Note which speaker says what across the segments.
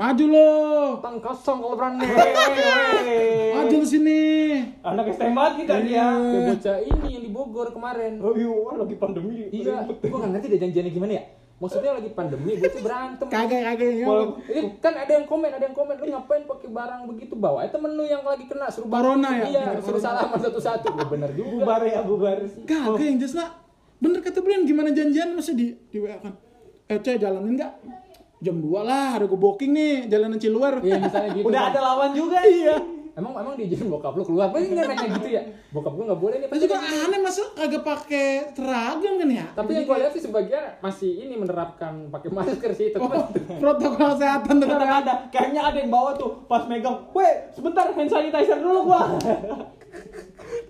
Speaker 1: Maju lo.
Speaker 2: Tang kosong kalau berani. Iya.
Speaker 1: Maju lo sini.
Speaker 3: Anak STM banget kita dia.
Speaker 2: Tuh ya, bocah ini yang di Bogor kemarin.
Speaker 3: Oh iya, wah, lagi pandemi.
Speaker 2: Iya,
Speaker 3: ribet.
Speaker 2: gua nggak ngerti deh janjiannya gimana ya. Maksudnya lagi pandemi, gue tuh berantem.
Speaker 1: Kagak kagak ya.
Speaker 3: Wal-
Speaker 2: Ini kan ada yang komen, ada yang komen, lu ngapain pakai barang begitu bawa? Eh temen lu yang lagi kena suruh barang-
Speaker 1: Corona ya?
Speaker 2: Iya, suruh salaman satu-satu. Gua bener Iya, juga.
Speaker 3: bubar ya bubar sih.
Speaker 1: Kagak yang jelas nak. Bener kata Brian gimana janjian masa di di WA kan. Eh coy jalanin enggak? Jam 2 lah, ada gue booking nih jalanan Ciluar.
Speaker 2: Iya, misalnya gitu.
Speaker 3: Udah
Speaker 2: kan.
Speaker 3: ada lawan juga. Iya.
Speaker 2: Emang emang diizinin bokap lu keluar? Paling nggak nanya gitu ya. Bokap gua nggak boleh nih.
Speaker 1: Tapi juga aneh masa kagak pakai seragam kan ya?
Speaker 2: Tapi yang gue lihat sih sebagian masih ini menerapkan pakai masker sih itu.
Speaker 1: Oh, protokol kesehatan tetap
Speaker 3: Tetap ada. Kayaknya ada yang bawa tuh pas megang. Weh, sebentar hand sanitizer dulu gua.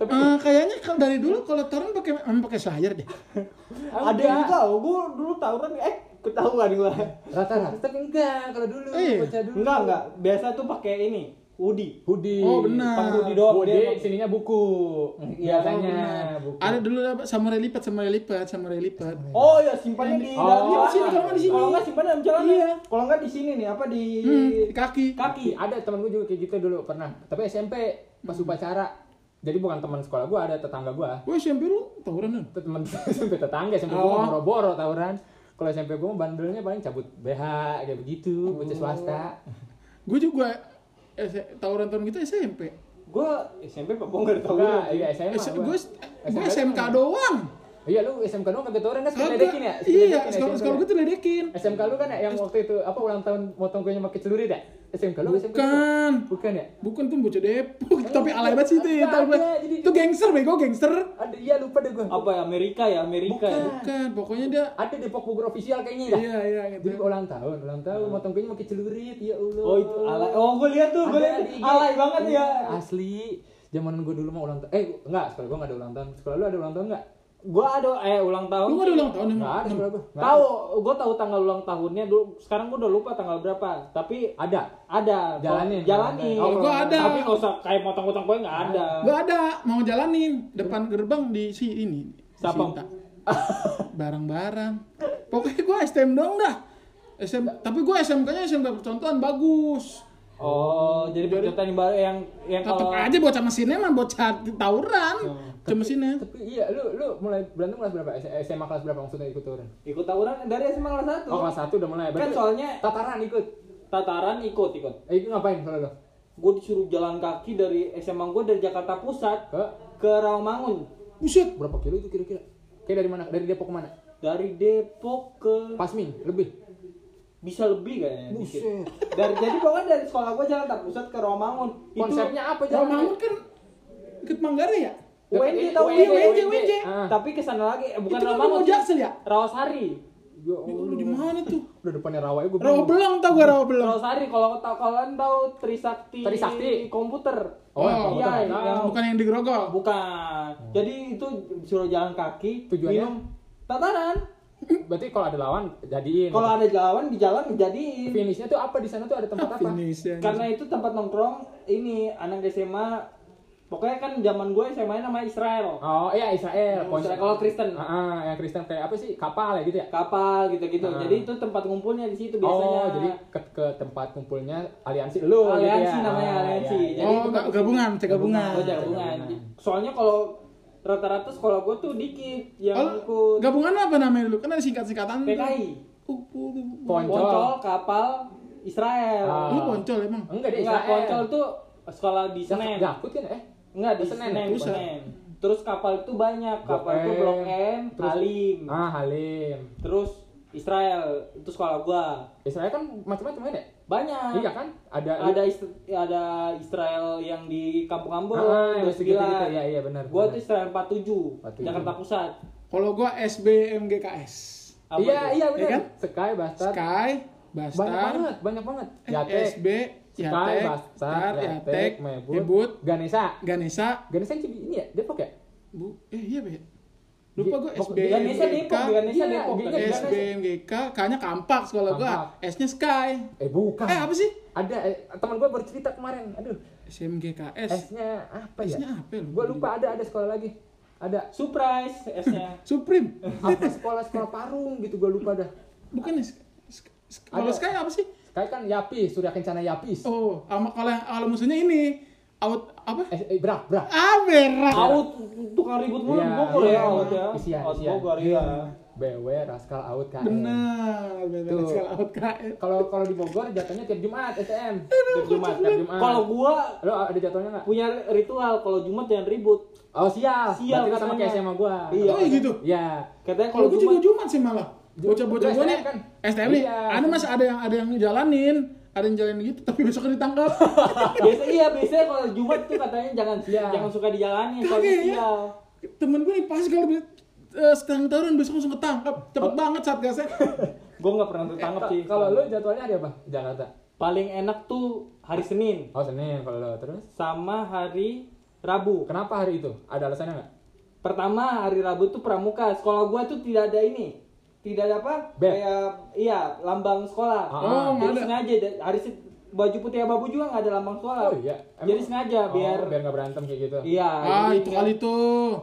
Speaker 2: Tapi
Speaker 1: Eh, kayaknya kalau dari dulu kalau turun pakai emang pakai sayur deh.
Speaker 3: ada yang tahu. Gua dulu tahu kan eh ketahuan gua.
Speaker 2: rata-rata tapi enggak kalau dulu
Speaker 1: Iya.
Speaker 2: bocah dulu.
Speaker 3: Enggak, enggak. Biasa tuh pakai ini, hoodie.
Speaker 2: Hoodie.
Speaker 1: Oh, benar.
Speaker 3: Pakai hoodie doang dia. Iya,
Speaker 2: Hoodie sininya buku. Biasanya buku.
Speaker 1: Oh, Ada dulu apa, samurai lipat, samurai lipat, samurai lipat.
Speaker 3: Oh ya simpannya di
Speaker 2: Oh,
Speaker 3: dalam
Speaker 2: di
Speaker 3: celana.
Speaker 1: sini, kalau nggak di sini.
Speaker 3: Kalau nggak simpan dalam celana.
Speaker 1: Iya.
Speaker 3: Kalau nggak di sini nih apa di
Speaker 1: Hmm, di kaki.
Speaker 3: kaki.
Speaker 2: ada temen gue juga kayak gitu dulu pernah. Tapi SMP pas
Speaker 3: Hmm.
Speaker 2: upacara. Jadi bukan teman sekolah gue, ada tetangga gue.
Speaker 1: Woi, SMP lu tawuran kan?
Speaker 2: Itu teman SMP tetangga, SMP gue
Speaker 1: Oh.
Speaker 2: boro-boro tawuran. Kalau SMP gue bandelnya paling cabut BH kayak begitu,
Speaker 3: Oh.
Speaker 2: bocah swasta.
Speaker 1: Gue juga eh, tawuran tahun gitu SMP.
Speaker 3: Gua SMP apa gua nggak tahu.
Speaker 2: Enggak, iya SMA.
Speaker 1: Gue
Speaker 2: gua.
Speaker 1: gue SMK doang.
Speaker 2: Iya lu SMK doang kagak tau orang kan
Speaker 1: Kagak.
Speaker 2: ledekin ya? Suka
Speaker 1: Iya,
Speaker 2: ledekin ya,
Speaker 1: sekolah
Speaker 2: SMK
Speaker 1: sekolah
Speaker 2: ya?
Speaker 1: gue tuh ledekin.
Speaker 2: SMK lu kan ya yang waktu itu apa ulang tahun motong kuenya pakai celurit ya? SMK lu SMK lu?
Speaker 1: Bukan.
Speaker 2: Bukan ya?
Speaker 1: Bukan tuh bocah Depok, tapi alay banget sih itu ya.
Speaker 2: Eh, Apa
Speaker 1: tau
Speaker 2: ada,
Speaker 1: gue.
Speaker 2: jadi-
Speaker 1: Itu gangster bego, gangster.
Speaker 2: Ada iya lupa deh gua.
Speaker 3: Apa ya Amerika ya Amerika. ya?
Speaker 1: Bukan, pokoknya dia
Speaker 2: Ada Depok Bogor official kayaknya ya.
Speaker 1: Iya, iya
Speaker 2: Jadi
Speaker 1: gitu.
Speaker 2: ulang tahun, ulang tahun motong kuenya pakai celurit ya Allah.
Speaker 3: Ah. Oh itu alay. Oh gue lihat tuh, gue
Speaker 2: Ada
Speaker 3: lihat
Speaker 2: di IG.
Speaker 3: alay banget ya.
Speaker 2: Asli. Zaman gue dulu mah ulang tahun. Eh, enggak, sekolah gue enggak ada ulang tahun. Sekolah lu ada ulang tahun enggak?
Speaker 3: Gue ada eh ulang tahun.
Speaker 1: Lu gak ada ulang tahun
Speaker 2: Enggak
Speaker 1: emang?
Speaker 2: ada sekolah gue.
Speaker 3: Tahu, gue tahu tanggal ulang tahunnya dulu. Sekarang gue udah lupa tanggal berapa. Tapi
Speaker 2: Ada.
Speaker 3: ada.
Speaker 2: Jalanin.
Speaker 3: Jalanin.
Speaker 1: Oh, gua ada.
Speaker 3: Tapi nggak usah kayak motong-motong gue nggak ada.
Speaker 1: Gak ada, mau jalanin depan gerbang di si ini.
Speaker 3: Siapa?
Speaker 1: Sinta. Barang-barang. Pokoknya gue STM dong dah. SM, tapi gue SMK-nya SMK percontohan bagus.
Speaker 3: Oh, jadi percintaan yang baru yang yang
Speaker 1: Tetep
Speaker 2: Oh.
Speaker 3: kalau
Speaker 1: aja bocah mesinnya mah bocah tawuran. Bocah mesinnya.
Speaker 2: Tapi iya, lu lu mulai berantem kelas berapa? SMA kelas berapa maksudnya ikut turun?
Speaker 3: ikut tawuran dari SMA kelas satu.
Speaker 2: Oh, kelas 1 udah mulai.
Speaker 3: kan
Speaker 2: Berarti
Speaker 3: soalnya
Speaker 2: tataran ikut.
Speaker 3: tataran ikut ikut.
Speaker 2: Eh, itu ngapain kalau lo?
Speaker 3: Gue disuruh jalan kaki dari SMA gue dari Jakarta Pusat
Speaker 2: Ke
Speaker 3: ke Rawamangun.
Speaker 1: Buset.
Speaker 2: berapa kilo itu kira-kira? Kayak dari mana? Dari Depok kemana?
Speaker 3: Dari Depok ke
Speaker 2: Pasming, lebih.
Speaker 3: bisa lebih kayaknya dikit. Dari jadi pokoknya dari sekolah gue jalan tak pusat ke Romangun.
Speaker 2: Konsepnya apa Ya
Speaker 1: Kalau
Speaker 2: jalan?
Speaker 1: Mahmud kan ikut Manggarai ya?
Speaker 3: itu
Speaker 2: Deket-
Speaker 3: UNJ
Speaker 2: eh,
Speaker 3: tahu
Speaker 1: UNJ,
Speaker 3: UNJ,
Speaker 1: UNJ.
Speaker 2: Ah.
Speaker 3: Tapi ke sana lagi eh, bukan
Speaker 1: Itu kan
Speaker 3: Romangun.
Speaker 1: mau Jaksel ya?
Speaker 3: Rawasari.
Speaker 2: Ya
Speaker 1: Ya
Speaker 2: Allah.
Speaker 1: Allah di mana tuh?
Speaker 2: Udah depannya rawa ya gue
Speaker 1: Rawa belang tau gue rawa belang.
Speaker 3: Rawasari kalau tau kalian tahu Trisakti
Speaker 2: Trisakti?
Speaker 3: komputer.
Speaker 1: Oh,
Speaker 2: Oh, oh
Speaker 3: iya,
Speaker 2: iya,
Speaker 3: iya.
Speaker 1: Bukan yang di Grogol.
Speaker 3: Bukan. Jadi itu suruh jalan kaki,
Speaker 2: Tujuannya?
Speaker 3: minum tataran.
Speaker 2: Berarti kalau ada lawan jadiin.
Speaker 3: Kalau ada jalan di jalan dijadiin.
Speaker 2: finishnya tuh apa di sana tuh ada tempat apa?
Speaker 1: Finishnya.
Speaker 3: karena itu tempat nongkrong ini anak SMA pokoknya kan zaman gue SMA -nya nama Israel
Speaker 2: Oh iya Israel.
Speaker 3: Israel, kalau Kristen
Speaker 2: Ah, ah, yang Kristen kayak apa sih? Kapal ya gitu ya?
Speaker 3: kapal gitu-gitu
Speaker 2: Ah.
Speaker 3: jadi itu tempat ngumpulnya di situ biasanya
Speaker 2: Oh, jadi ke, ke tempat kumpulnya aliansi lu gitu ya.
Speaker 3: Aliansi namanya,
Speaker 2: Ah,
Speaker 3: aliansi.
Speaker 2: iya, iya.
Speaker 3: Jadi
Speaker 1: Oh,
Speaker 3: itu
Speaker 1: ga-
Speaker 3: bagus.
Speaker 1: gabungan, cek gabungan.
Speaker 3: Oh,
Speaker 2: Ah.
Speaker 3: gabungan
Speaker 2: Gabungan.
Speaker 3: soalnya kalau rata-rata sekolah gue tuh dikit yang
Speaker 1: Oh,
Speaker 3: ikut
Speaker 1: gabungan apa namanya dulu? Kan ada singkat-singkatan. tuh.
Speaker 3: PKI
Speaker 1: Oh, oh, oh.
Speaker 2: Poncol.
Speaker 3: poncol kapal Israel
Speaker 2: Ah.
Speaker 1: Lu poncol emang?
Speaker 2: Enggak deh,
Speaker 3: Enggak,
Speaker 2: Israel.
Speaker 3: poncol tuh sekolah di
Speaker 2: Dak-
Speaker 3: Senen
Speaker 2: Dakut kan eh?
Speaker 3: Enggak di
Speaker 2: Di Senen,
Speaker 3: Senen,
Speaker 1: pusat.
Speaker 3: Senen. Terus kapal itu banyak, kapal
Speaker 2: Blok
Speaker 3: itu
Speaker 2: M,
Speaker 3: Blok M,
Speaker 2: terus-
Speaker 3: Halim,
Speaker 2: Ah, Halim.
Speaker 3: terus Israel, itu sekolah gua.
Speaker 2: Israel kan macam-macam kan ya?
Speaker 3: Banyak.
Speaker 2: Iya kan? Ada
Speaker 3: Ah. Ada Is- ada Israel yang di kampung-kampung,
Speaker 2: Ah, yang
Speaker 3: terus
Speaker 2: segitu
Speaker 3: Gilan.
Speaker 2: gitu. Iya, iya benar.
Speaker 3: Gua
Speaker 2: benar.
Speaker 3: tuh Israel 47,
Speaker 2: 47.
Speaker 3: Jakarta Pusat.
Speaker 1: Kalau gua SBMGKS.
Speaker 3: Apa
Speaker 2: Iya,
Speaker 3: tuh?
Speaker 2: iya
Speaker 1: Iya
Speaker 2: benar.
Speaker 1: kan?
Speaker 2: Sky Bastard.
Speaker 1: Sky, Eh,
Speaker 2: Banyak
Speaker 1: Bastar,
Speaker 2: banget, banyak banget. Yatek,
Speaker 1: SB,
Speaker 2: Sky
Speaker 1: Yatek, Star,
Speaker 2: Bastard,
Speaker 1: Yatek,
Speaker 2: Mebut,
Speaker 1: Mebut,
Speaker 2: Ganesha.
Speaker 1: Ganesha,
Speaker 2: Ganesha yang ini ya, Depok ya?
Speaker 1: Bu, eh iya be. Lupa gua
Speaker 2: Pok-
Speaker 3: Ganesha Depok,
Speaker 1: SBMGK,
Speaker 3: Ganesha
Speaker 2: Iya,
Speaker 3: Depok.
Speaker 2: Ganesha.
Speaker 3: Ganesha.
Speaker 1: SBMGK, kayaknya kampak sekolah gua. S-nya Sky.
Speaker 2: Eh bukan.
Speaker 1: Eh apa sih?
Speaker 2: Ada eh, teman gua baru cerita kemarin. Aduh,
Speaker 1: SMGKS.
Speaker 2: S-nya apa ya?
Speaker 1: S-nya apa ya?
Speaker 2: Gua lupa ada ada sekolah lagi. Ada
Speaker 3: Surprise S-nya.
Speaker 1: Supreme.
Speaker 2: apa sekolah-sekolah parung gitu gua lupa dah.
Speaker 1: Bukan ya? Sk- sk- Kalau
Speaker 2: Ada.
Speaker 1: Sky apa sih?
Speaker 2: Kayak kan Yapis, Surya Kencana Yapis.
Speaker 1: Oh, sama kalau kalau musuhnya ini out apa?
Speaker 2: Eh, eh berak, berak.
Speaker 1: Ah, berak.
Speaker 3: Out tukang ribut mulu
Speaker 2: Iya,
Speaker 3: Bogor
Speaker 2: iya,
Speaker 3: ya out ya.
Speaker 2: isian,
Speaker 3: Out
Speaker 2: isian.
Speaker 3: Bogor iya.
Speaker 2: BW, Raskal, Out, KM.
Speaker 1: Benar, benar
Speaker 2: Tuh.
Speaker 1: sekali out KM.
Speaker 2: Kalau kalau di Bogor jatuhnya tiap Jumat STM. Tiap Jumat, tiap Jumat.
Speaker 3: Kalau gua
Speaker 2: lo ada jatuhnya nggak?
Speaker 3: punya ritual kalau Jumat jangan ribut.
Speaker 2: Oh sial.
Speaker 3: Sial,
Speaker 2: Berarti lo sama
Speaker 3: katanya.
Speaker 2: kayak SMA gua.
Speaker 3: Iya.
Speaker 1: Oh, iya gitu.
Speaker 2: Iya.
Speaker 3: Katanya
Speaker 1: Kalau gue juga Jumat sih malah.
Speaker 2: Ju-
Speaker 1: Bocah-bocah
Speaker 2: Lu
Speaker 1: gue nih
Speaker 2: STM kan?
Speaker 1: STM nih.
Speaker 2: Iya.
Speaker 1: Ada mas ada yang ada yang jalanin, ada yang jalanin gitu tapi besok ditangkap.
Speaker 3: biasa iya biasanya kalau Jumat tuh katanya jangan
Speaker 2: Iya.
Speaker 3: jangan suka dijalani kalau
Speaker 1: Kagak ya.
Speaker 3: sial.
Speaker 1: Temen gue nih pas kalau be- eh, sekarang taruhan besok langsung ketangkap.
Speaker 2: Oh.
Speaker 1: Cepet banget saat gasnya.
Speaker 3: Gua nggak pernah tertangkap sih.
Speaker 2: Eh, Kalau lo jadwalnya hari apa? Jakarta.
Speaker 3: paling enak tuh hari Senin
Speaker 2: Oh Senin kalau lo terus.
Speaker 3: sama hari Rabu.
Speaker 2: Kenapa hari itu? Ada alasannya nggak?
Speaker 3: Pertama hari Rabu tuh pramuka. Sekolah gua tuh tidak ada ini. Tidak ada apa?
Speaker 2: Bel.
Speaker 3: Kayak iya, lambang sekolah.
Speaker 2: Ah.
Speaker 1: Oh, nggak
Speaker 3: Jadi
Speaker 1: ada.
Speaker 3: sengaja da- hari se- baju putih abu juga nggak ada lambang sekolah.
Speaker 2: Oh iya. Emang-
Speaker 3: Jadi sengaja
Speaker 2: Oh,
Speaker 3: biar
Speaker 2: biar nggak berantem kayak gitu.
Speaker 3: iya.
Speaker 1: Ah,
Speaker 3: jadi
Speaker 1: itu
Speaker 3: nggak-
Speaker 1: kali itu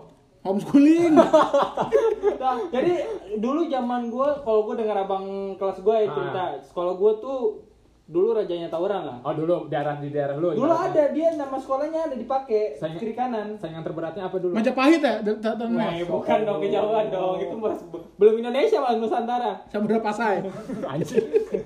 Speaker 1: homeschooling.
Speaker 3: Nah, jadi dulu zaman gua kalau gua dengar abang kelas gua ya
Speaker 2: Ah.
Speaker 3: cerita, sekolah gua tuh dulu rajanya tawuran lah.
Speaker 2: Oh dulu daerah di daerah lo.
Speaker 3: Dulu ada dia nama sekolahnya ada dipakai
Speaker 2: Saya-
Speaker 3: kiri kanan.
Speaker 2: Saingan terberatnya apa dulu?
Speaker 1: Majapahit ya, da- da- datang ya.
Speaker 3: Nah,
Speaker 2: iya.
Speaker 3: ya bukan dong kejauhan
Speaker 2: Oh.
Speaker 3: dong. Itu mas, belum Indonesia malah Nusantara.
Speaker 1: Samudra Pasai.
Speaker 2: Anjir.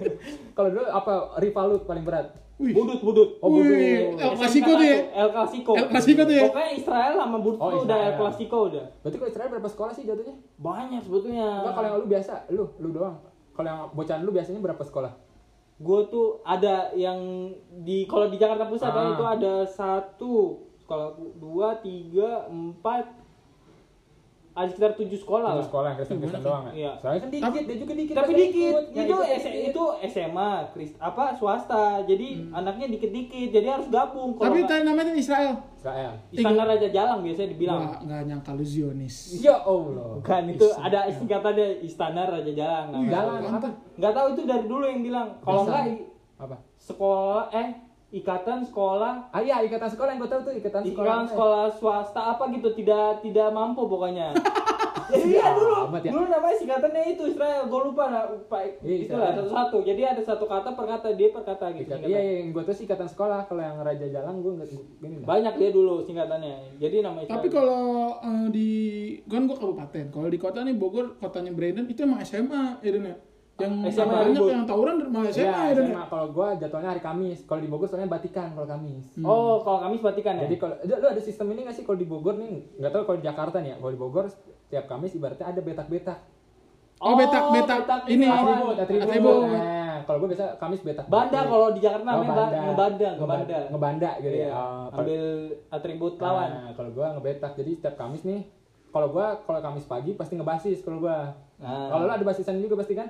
Speaker 2: kalau dulu apa rival lu paling berat?
Speaker 1: Wih.
Speaker 3: Budut, budut.
Speaker 2: Oh, budut.
Speaker 1: Wih, El Clasico tuh ya.
Speaker 3: Iya,
Speaker 2: Eh,
Speaker 3: El Clasico.
Speaker 1: El Clasico tuh ya?
Speaker 3: Pokoknya Israel sama Budut
Speaker 2: Oh,
Speaker 3: tuh udah
Speaker 2: Israel.
Speaker 3: El Clasico udah.
Speaker 2: Berarti kalau Israel berapa sekolah sih jatuhnya?
Speaker 3: Banyak sebetulnya.
Speaker 2: Enggak kalau yang lu biasa, lu lu doang. Kalau yang bocahan lu biasanya berapa sekolah?
Speaker 3: Gue tuh ada yang di kalau di Jakarta Pusat ya,
Speaker 2: Ah.
Speaker 3: itu ada satu sekolah dua tiga empat ada sekitar tujuh sekolah
Speaker 2: Satu
Speaker 3: lah.
Speaker 2: sekolah yang Kristen-Kristen doang ya?
Speaker 3: Iya.
Speaker 2: Soalnya kan dikit,
Speaker 1: Tapi-
Speaker 2: dia juga dikit.
Speaker 3: Tapi
Speaker 2: Kita
Speaker 3: dikit,
Speaker 2: ikut, ya,
Speaker 3: itu
Speaker 2: ikut,
Speaker 3: S-
Speaker 2: ikut.
Speaker 3: itu SMA, Krist, apa swasta, jadi anaknya dikit-dikit, jadi harus gabung. Kalau
Speaker 1: Tapi
Speaker 3: nggak-
Speaker 1: tadi namanya Israel.
Speaker 2: Israel.
Speaker 3: Istana Raja Jalang biasanya dibilang.
Speaker 1: Gua nggak nyangka lu Zionis.
Speaker 2: Ya Allah.
Speaker 3: Bukan itu ada singkatannya Istana Raja Jalang.
Speaker 1: Wih,
Speaker 3: namanya.
Speaker 2: Jalan apa?
Speaker 3: Nggak tahu itu dari dulu yang bilang. Kalau
Speaker 2: Dasar.
Speaker 3: nggak i-
Speaker 2: Apa?
Speaker 3: sekolah eh ikatan sekolah
Speaker 2: Ah iya, ikatan sekolah yang gue tahu tuh ikatan sekolah. eh.
Speaker 3: ikatan sekolah swasta apa gitu tidak tidak mampu pokoknya. Ya, Iya
Speaker 2: Ya,
Speaker 3: dulu,
Speaker 2: amat ya.
Speaker 3: dulu namanya singkatannya itu Israel, gue lupa nah, Pak,
Speaker 2: Iya,
Speaker 3: itulah
Speaker 2: Israel.
Speaker 3: satu-satu. Jadi ada satu kata per kata dia per kata gitu.
Speaker 2: Ikatan-
Speaker 3: singkatan.
Speaker 2: Iya, iya, yang gue tahu sih ikatan sekolah. Kalau yang Raja Jalan gue nggak gini. lah.
Speaker 3: Banyak dia dulu singkatannya. Jadi
Speaker 2: iya.
Speaker 3: namanya
Speaker 1: Tapi
Speaker 3: Israel.
Speaker 1: kalau eh, di kan gua kabupaten. Kalau di kota nih Bogor, kotanya Brandon itu emang SMA, ya Dan ya. Yang
Speaker 3: SMA
Speaker 1: banyak
Speaker 3: ribut.
Speaker 1: yang tawuran malah SMA,
Speaker 2: Iya,
Speaker 1: ya Dan ya.
Speaker 2: SMA. Kalau gue jadwalnya hari Kamis. Kalau di Bogor soalnya batikan kalau Kamis.
Speaker 3: Oh, kalau kami sebatikan
Speaker 2: Hmm.
Speaker 3: ya.
Speaker 2: Jadi kalau lu lu ada sistem ini nggak sih kalau di Bogor nih? Nggak tahu kalau di Jakarta nih ya. Kalau di Bogor tiap Kamis ibaratnya ada betak-betak.
Speaker 1: Oh, betak, betak. Ini,
Speaker 3: lawan.
Speaker 1: atribut, atribut.
Speaker 2: Nah, kalau gue biasa Kamis betak.
Speaker 3: Banda kalau di Jakarta
Speaker 2: Oh,
Speaker 3: namanya
Speaker 2: banda.
Speaker 3: ba- ngebanda,
Speaker 2: Ngeba-
Speaker 3: ngebanda.
Speaker 2: ngebanda gitu ya.
Speaker 3: Iya, Ah.
Speaker 2: Oh, kalau-
Speaker 3: ambil atribut
Speaker 2: Nah,
Speaker 3: lawan.
Speaker 2: kalau gue ngebetak. Jadi setiap Kamis nih, kalau gue kalau Kamis pagi pasti ngebasis kalau gue.
Speaker 3: Nah.
Speaker 2: Kalau lo ada basisan juga pasti kan?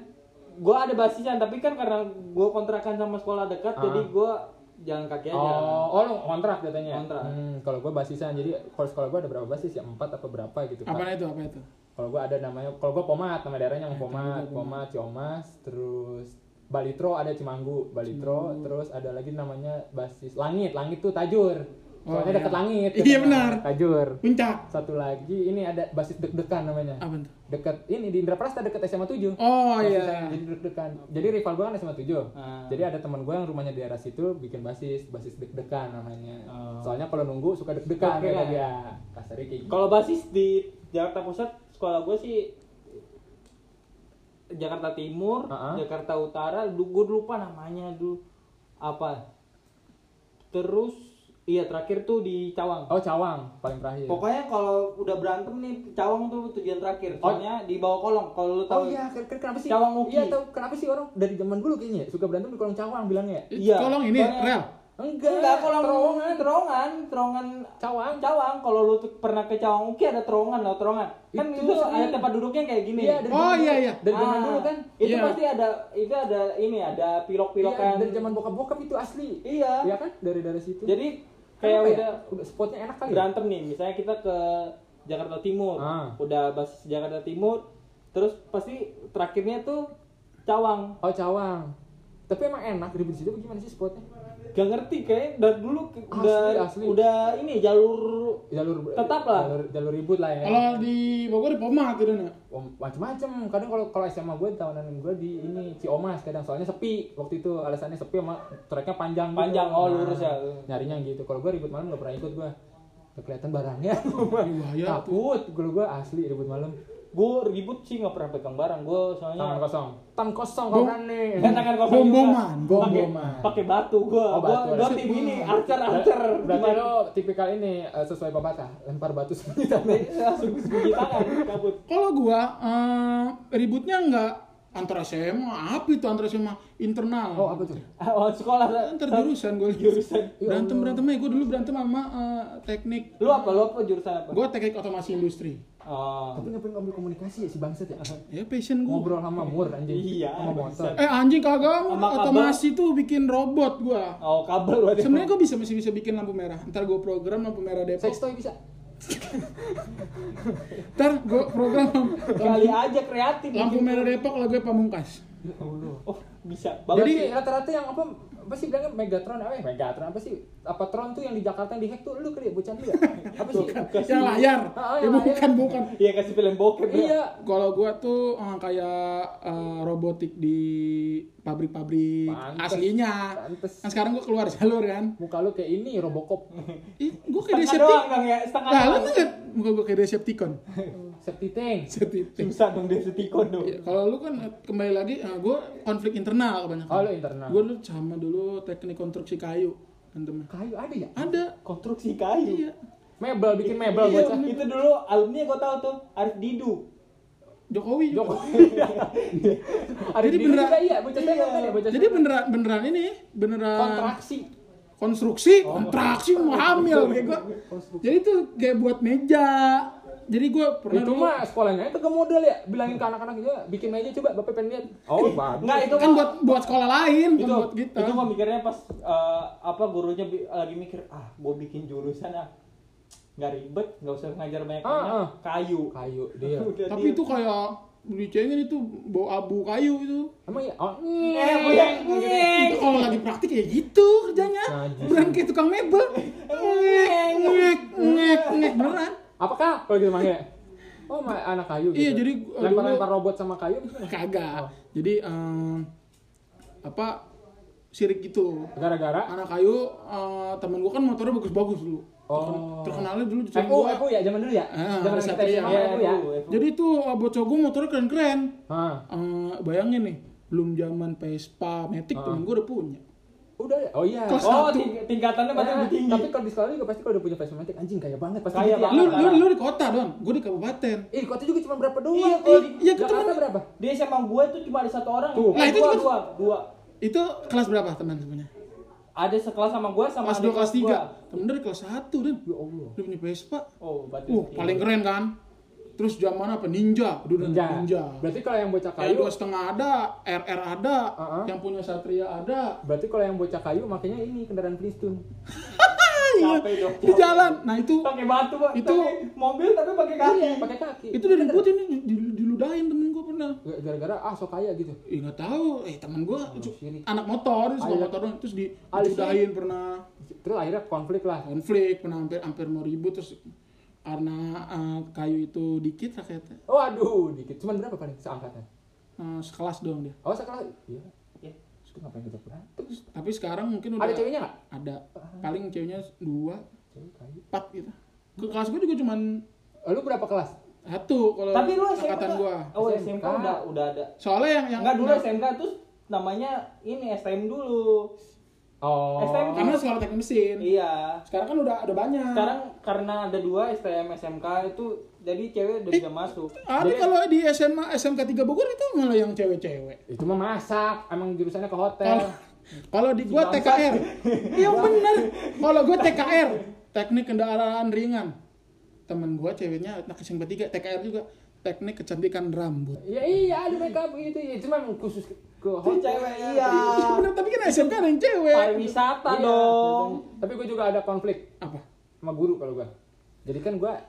Speaker 3: Gua ada basisan tapi kan karena gua kontrakan sama sekolah dekat jadi gua jalan kaki aja.
Speaker 2: Oh, oh lo kontrak katanya.
Speaker 3: Iya, Kontrak.
Speaker 2: Hmm, kalau gue basisan. Jadi kalau sekolah gue ada berapa basis ya? Empat apa berapa gitu. Pak.
Speaker 1: Apa itu? Apa itu?
Speaker 2: Kalau gue ada namanya, kalau gue Pomat, nama daerahnya mau Pomat, Pomat, Ciomas, terus Balitro ada Cimanggu, Balitro, terus ada lagi namanya basis Langit, Langit tuh Tajur.
Speaker 1: Oh,
Speaker 2: Soalnya
Speaker 1: iya.
Speaker 2: deket langit.
Speaker 1: Iya,
Speaker 2: katanya.
Speaker 1: benar.
Speaker 2: Tajur.
Speaker 1: Puncak.
Speaker 2: Satu lagi ini ada basis deg-degan namanya.
Speaker 1: Apa itu?
Speaker 2: Deket ini di Indraprasta deket SMA 7.
Speaker 1: Oh
Speaker 2: Basis
Speaker 1: iya.
Speaker 2: yang Jadi deg-degan. Jadi rival gue kan SMA 7.
Speaker 3: Ah.
Speaker 2: Jadi ada teman gue yang rumahnya di daerah situ bikin basis, basis deg-degan namanya.
Speaker 3: Oh.
Speaker 2: Soalnya kalau nunggu suka deg-degan
Speaker 3: Deg-degan.
Speaker 2: kata dia. Kasarnya kayak gitu.
Speaker 3: Kalau basis di Jakarta Pusat sekolah gua sih Jakarta Timur,
Speaker 2: Ah, ah.
Speaker 3: Jakarta Utara, du- gua lupa namanya dulu apa. Terus iya terakhir tuh di Cawang.
Speaker 2: Oh, Cawang paling terakhir.
Speaker 3: Pokoknya kalau udah berantem nih Cawang tuh tujuan terakhir. Soalnya di bawah kolong kalau lu tahu.
Speaker 2: Oh iya, ken- ken- kenapa sih?
Speaker 3: Cawang Uki.
Speaker 2: Iya, tahu kenapa sih orang dari zaman dulu kayaknya ya, suka berantem di kolong cawang bilangnya. ya?
Speaker 3: Iya,
Speaker 1: Tolong ini
Speaker 3: soalnya-
Speaker 1: rel.
Speaker 2: Enggak,
Speaker 3: Enggak, kolong
Speaker 2: terowongan.
Speaker 3: terowongan, terowongan, terowongan
Speaker 2: Cawang.
Speaker 3: Cawang. Kalau lu tuh pernah ke Cawang Uki ada terowongan loh, terowongan. Kan
Speaker 2: Itu
Speaker 3: itu, ada
Speaker 2: sih.
Speaker 3: tempat duduknya kayak gini.
Speaker 2: Iya, dari
Speaker 1: Oh,
Speaker 2: zaman dulu.
Speaker 1: iya, iya.
Speaker 2: Dari zaman
Speaker 3: Ah,
Speaker 2: dulu kan.
Speaker 3: Itu
Speaker 1: Iya.
Speaker 3: pasti ada itu ada ini ada
Speaker 2: Iya,
Speaker 3: pilok-pilokan.
Speaker 2: dari zaman bokap-bokap itu asli.
Speaker 3: Iya.
Speaker 2: Iya kan? Dari dari situ.
Speaker 3: Jadi kayak
Speaker 2: Kenapa ya?
Speaker 3: udah
Speaker 2: udah spotnya enak kali. Ya?
Speaker 3: berantem nih, misalnya kita ke Jakarta Timur.
Speaker 2: Ah.
Speaker 3: Udah basis Jakarta Timur, terus pasti terakhirnya tuh Cawang.
Speaker 2: Oh, cawang. Tapi emang enak ribet di situ apa gimana sih spotnya?
Speaker 3: Gak ngerti kayak dari dulu ke-
Speaker 2: Asli,
Speaker 3: udah
Speaker 2: asli.
Speaker 3: udah ini jalur
Speaker 2: Jalur
Speaker 3: Tetap lah.
Speaker 2: Jalur, jalur ribut lah ya.
Speaker 1: Kalau di Bogor di Pomat gitu nah.
Speaker 2: Om- macem-macem kadang kalau kalau SMA gue tahunan gue di ini Ciomas kadang soalnya sepi waktu itu alasannya sepi sama treknya panjang gitu.
Speaker 3: Panjang, oh, lurus ya.
Speaker 2: nyarinya gitu kalau gue ribut malam gak pernah ikut gue Gak kelihatan barangnya
Speaker 1: iya.
Speaker 2: takut kalau gue asli ribut malam
Speaker 3: gue ribut sih nggak pernah pegang barang gue soalnya
Speaker 2: tangan kosong tan kosong
Speaker 1: Bom-
Speaker 2: kau nih
Speaker 3: Eh, tangan kosong juga.
Speaker 1: Bom-boman,
Speaker 3: Pakai-
Speaker 2: bom-boman.
Speaker 3: pakai batu gue
Speaker 2: Oh,
Speaker 3: gue
Speaker 2: batu.
Speaker 3: gue tim ini archer archer
Speaker 2: berarti
Speaker 3: Cuman-
Speaker 2: lo tipikal ini eh, sesuai pepatah lempar batu sebelum tanah
Speaker 3: langsung sebiji tangan kabut
Speaker 1: Kalau gua eh, ributnya nggak antar SMA, apa itu antar SMA internal.
Speaker 2: oh apa tuh
Speaker 3: oh sekolah
Speaker 1: Antar jurusan gua
Speaker 3: Jurusan.
Speaker 1: Berantem berantem aja gua dulu berantem sama eh, teknik.
Speaker 3: lu apa lu apa jurusan apa
Speaker 1: Gua teknik otomasi industri.
Speaker 3: oh
Speaker 2: tapi ngapain ngambil komunikasi ya si bangset ya
Speaker 1: Ya passion gua.
Speaker 2: ngobrol sama mur anjing
Speaker 3: Iya,
Speaker 2: sama motor
Speaker 1: Eh anjing kagak
Speaker 3: Sama kabel.
Speaker 1: otomasi tuh bikin robot gua.
Speaker 3: oh kabel berarti
Speaker 1: Sebenarnya gua bisa masih bisa bikin lampu merah. Ntar gua program lampu merah Depok.
Speaker 2: sextoy bisa
Speaker 1: Ntar gua program
Speaker 3: kali aja kreatif
Speaker 1: lampu merah Depok lagu pamungkas.
Speaker 3: oh bisa
Speaker 2: Jadi
Speaker 3: banget sih.
Speaker 2: rata-rata yang apa apa sih bilangnya Megatron apa ya? Megatron apa sih? Apa Tron tuh yang di Jakarta yang dihack tuh lu kali ya bocah lu ya? Apa sih?
Speaker 1: Yang layar.
Speaker 2: Ah, ah,
Speaker 1: Ya
Speaker 2: yang layar.
Speaker 1: bukan bukan.
Speaker 3: iya kasih film bokep ya.
Speaker 2: Iya.
Speaker 1: Kalau gua tuh eh, kayak eh, robotik di pabrik-pabrik
Speaker 2: Pantes.
Speaker 1: aslinya.
Speaker 2: Pantes.
Speaker 1: Nah, sekarang gua keluar jalur kan.
Speaker 2: Muka lu kayak ini Robocop.
Speaker 1: Ih, gua kayak
Speaker 3: setengah
Speaker 1: Decepticon.
Speaker 3: doang dong ya setengah
Speaker 1: Lah, lu
Speaker 3: doang.
Speaker 1: ngeliat muka gua kayak Decepticon.
Speaker 2: Safety tank.
Speaker 1: Decepticon.
Speaker 3: susah dong dia setikon dong
Speaker 1: Ya, Kalau lu kan eh, kembali lagi, eh, gua konflik internal kebanyakan.
Speaker 2: Oh, lu internal.
Speaker 1: Gue dulu sama dulu teknik konstruksi kayu temen
Speaker 2: Kayu ada ya?
Speaker 1: Ada.
Speaker 3: konstruksi kayu
Speaker 1: Iya.
Speaker 2: Mebel bikin mebel
Speaker 3: Iya,
Speaker 2: bocah.
Speaker 3: itu dulu alumni gue tahu tuh Arif Didu
Speaker 1: Jokowi. juga.
Speaker 2: Jokowi. Ada
Speaker 1: Jadi
Speaker 2: di beneran
Speaker 1: beneran-
Speaker 2: juga iya, bocah saya kan ya bocah.
Speaker 1: Jadi
Speaker 2: saya.
Speaker 1: beneran beneran ini beneran
Speaker 2: kontraksi.
Speaker 1: konstruksi, kontraksi mau hamil kayak gua. Jadi tuh kayak buat meja. Jadi gua pernah
Speaker 2: Itu
Speaker 1: dulu-
Speaker 2: mah sekolahnya itu ke model ya, bilangin ke anak-anak juga bikin meja coba Bapak pengen lihat. Oh, bagus.
Speaker 3: Enggak Eh, itu
Speaker 1: kan buat buat sekolah lain, bukan
Speaker 3: itu
Speaker 1: buat kita.
Speaker 3: itu gua mikirnya pas eh, apa gurunya bi- lagi mikir ah gue bikin jurusan ah nggak ribet nggak usah ngajar banyak banyak
Speaker 2: Ah, ah.
Speaker 3: kayu
Speaker 2: Kayu dia.
Speaker 3: Udah
Speaker 1: Tapi
Speaker 3: dia-
Speaker 1: itu kayak dicengin itu bau abu kayu itu.
Speaker 2: Emang ya? Oh,
Speaker 3: eh punya ngeng
Speaker 1: Itu kalau lagi praktik ya gitu kerjanya.
Speaker 2: Najis.
Speaker 1: Beneran kayak tukang mebel. Ngek, ngek, ngek, ngek beneran.
Speaker 2: Apakah kalau gitu manggilnya? Oh, ma- anak kayu gitu.
Speaker 1: Iya, jadi, uh,
Speaker 2: lempar-lempar robot sama kayu gitu kan? gimana?
Speaker 3: Oh.
Speaker 1: Kagak. Jadi em, apa sirik gitu.
Speaker 2: gara-gara
Speaker 1: Anak kayu eh, temen gua kan motornya bagus-bagus dulu.
Speaker 2: Oh.
Speaker 1: Terkenalnya dulu jurusan
Speaker 2: FU,
Speaker 1: gua.
Speaker 2: FU ya zaman dulu ya.
Speaker 1: Ah,
Speaker 2: Zaman
Speaker 1: ada
Speaker 2: kita
Speaker 1: satria.
Speaker 2: SMA
Speaker 3: Iya,
Speaker 2: FU ya.
Speaker 3: FU.
Speaker 1: Jadi tuh eh, bocah gua motornya keren-keren.
Speaker 2: Hah.
Speaker 1: Eh, bayangin nih, belum zaman Vespa, Matic
Speaker 2: Ah.
Speaker 1: temen gua udah punya.
Speaker 2: Udah, oh iya.
Speaker 1: Kelas satu.
Speaker 3: oh ting- tingkatannya berarti
Speaker 2: Nah,
Speaker 3: lebih tinggi
Speaker 2: Tapi kalau di sekolah juga pasti kalau udah punya face matic anjing kaya banget pasti.
Speaker 3: Kaya
Speaker 2: gitu ya.
Speaker 3: banget.
Speaker 1: Lu, lu, lu di kota dong, gua di kabupaten.
Speaker 2: Ih, kota juga cuma berapa doang?
Speaker 3: Iya,
Speaker 2: kalau
Speaker 3: kalau
Speaker 2: di
Speaker 3: di-
Speaker 1: iya,
Speaker 2: Jakarta
Speaker 1: temen-
Speaker 2: berapa?
Speaker 3: di SMA gue tuh cuma ada satu orang
Speaker 2: Tuh.
Speaker 3: Eh,
Speaker 1: Nah, itu
Speaker 3: dua,
Speaker 1: juga-
Speaker 3: dua dua
Speaker 1: Itu kelas berapa teman temennya?
Speaker 3: ada sekelas sama gue sama
Speaker 1: Kelas
Speaker 3: adik
Speaker 1: 2, kelas
Speaker 3: gua.
Speaker 1: 3. Temen dari kelas 1 dan
Speaker 2: Ya Allah.
Speaker 1: udah punya Vespa.
Speaker 3: oh berarti
Speaker 1: Wah, paling keren kan? Terus zaman apa? Ninja. Udah
Speaker 2: Ninja.
Speaker 1: ninja. ninja.
Speaker 2: Berarti kalau yang bocah
Speaker 1: Kayak
Speaker 2: kayu,
Speaker 1: dua setengah ada, RR ada,
Speaker 2: Uh-uh.
Speaker 1: yang punya Satria ada.
Speaker 2: berarti kalau yang bocah kayu makanya ini kendaraan Flintstone.
Speaker 3: capek dong
Speaker 1: Iya, Di jalan. Nah itu
Speaker 3: pakai batu Pak.
Speaker 1: Itu- Iya,
Speaker 3: Pakai mobil tapi pakai kaki
Speaker 2: Pakai kaki.
Speaker 1: itu dari gue ini dil- diludahin temen gue pernah.
Speaker 2: gara-gara ah sok kaya gitu.
Speaker 1: Ih nggak tahu, eh temen gue cu-
Speaker 2: syirik.
Speaker 1: anak motor, dia suka
Speaker 2: Ayo.
Speaker 1: motor dong, terus di-
Speaker 2: Alis
Speaker 1: diludahin pernah
Speaker 2: Terus akhirnya konflik lah.
Speaker 1: konflik, pernah hampir hampir mau ribut terus karena eh, kayu itu dikit raketnya
Speaker 2: Waduh, Oh, dikit. Cuman berapa paling seangkatan?
Speaker 1: Eh, sekelas doang dia.
Speaker 2: Oh, sekelas. Iya.
Speaker 3: Iya.
Speaker 2: Terus kita ngapain kita berantem?
Speaker 1: Tapi sekarang mungkin udah
Speaker 2: Ada ceweknya nggak?
Speaker 1: ada. paling ceweknya dua,
Speaker 2: Cewek kayu.
Speaker 1: empat gitu. Ke kelas gue juga cuman
Speaker 2: Lu berapa kelas?
Speaker 1: satu kalau
Speaker 3: tapi lu SMA
Speaker 1: angkatan gua.
Speaker 3: oh
Speaker 2: SMK.
Speaker 3: SMK udah udah ada
Speaker 1: Soalnya yang yang
Speaker 3: Enggak dulu SMK tuh namanya ini STM dulu.
Speaker 2: Oh.
Speaker 3: STM.
Speaker 1: karena sekolah teknik mesin.
Speaker 3: Iya.
Speaker 1: Sekarang kan udah ada banyak.
Speaker 3: Sekarang karena ada dua STM SMK itu jadi cewek udah bisa masuk.
Speaker 1: ada kalau di SMA SMK 3 Bogor itu malah yang
Speaker 3: Eh.
Speaker 1: cewek-cewek.
Speaker 2: Itu mah masak, emang jurusannya ke hotel.
Speaker 1: Kalau kalau di gua TKR. Iya bener. Kalau gua TKR, teknik kendaraan ringan. Temen gua ceweknya anak SMK 3 TKR juga teknik kecantikan rambut.
Speaker 2: Ya iya, ada makeup gitu. Ya cuman khusus ke ke
Speaker 3: Itu
Speaker 2: hotel.
Speaker 3: cewek iya.
Speaker 1: Iya bener, tapi kan SMK ada yang cewek.
Speaker 3: Pariwisata
Speaker 2: Iya,
Speaker 3: dong.
Speaker 2: biasanya. Tapi gue juga ada konflik
Speaker 1: Apa?
Speaker 2: sama guru kalau gua. Jadi kan gua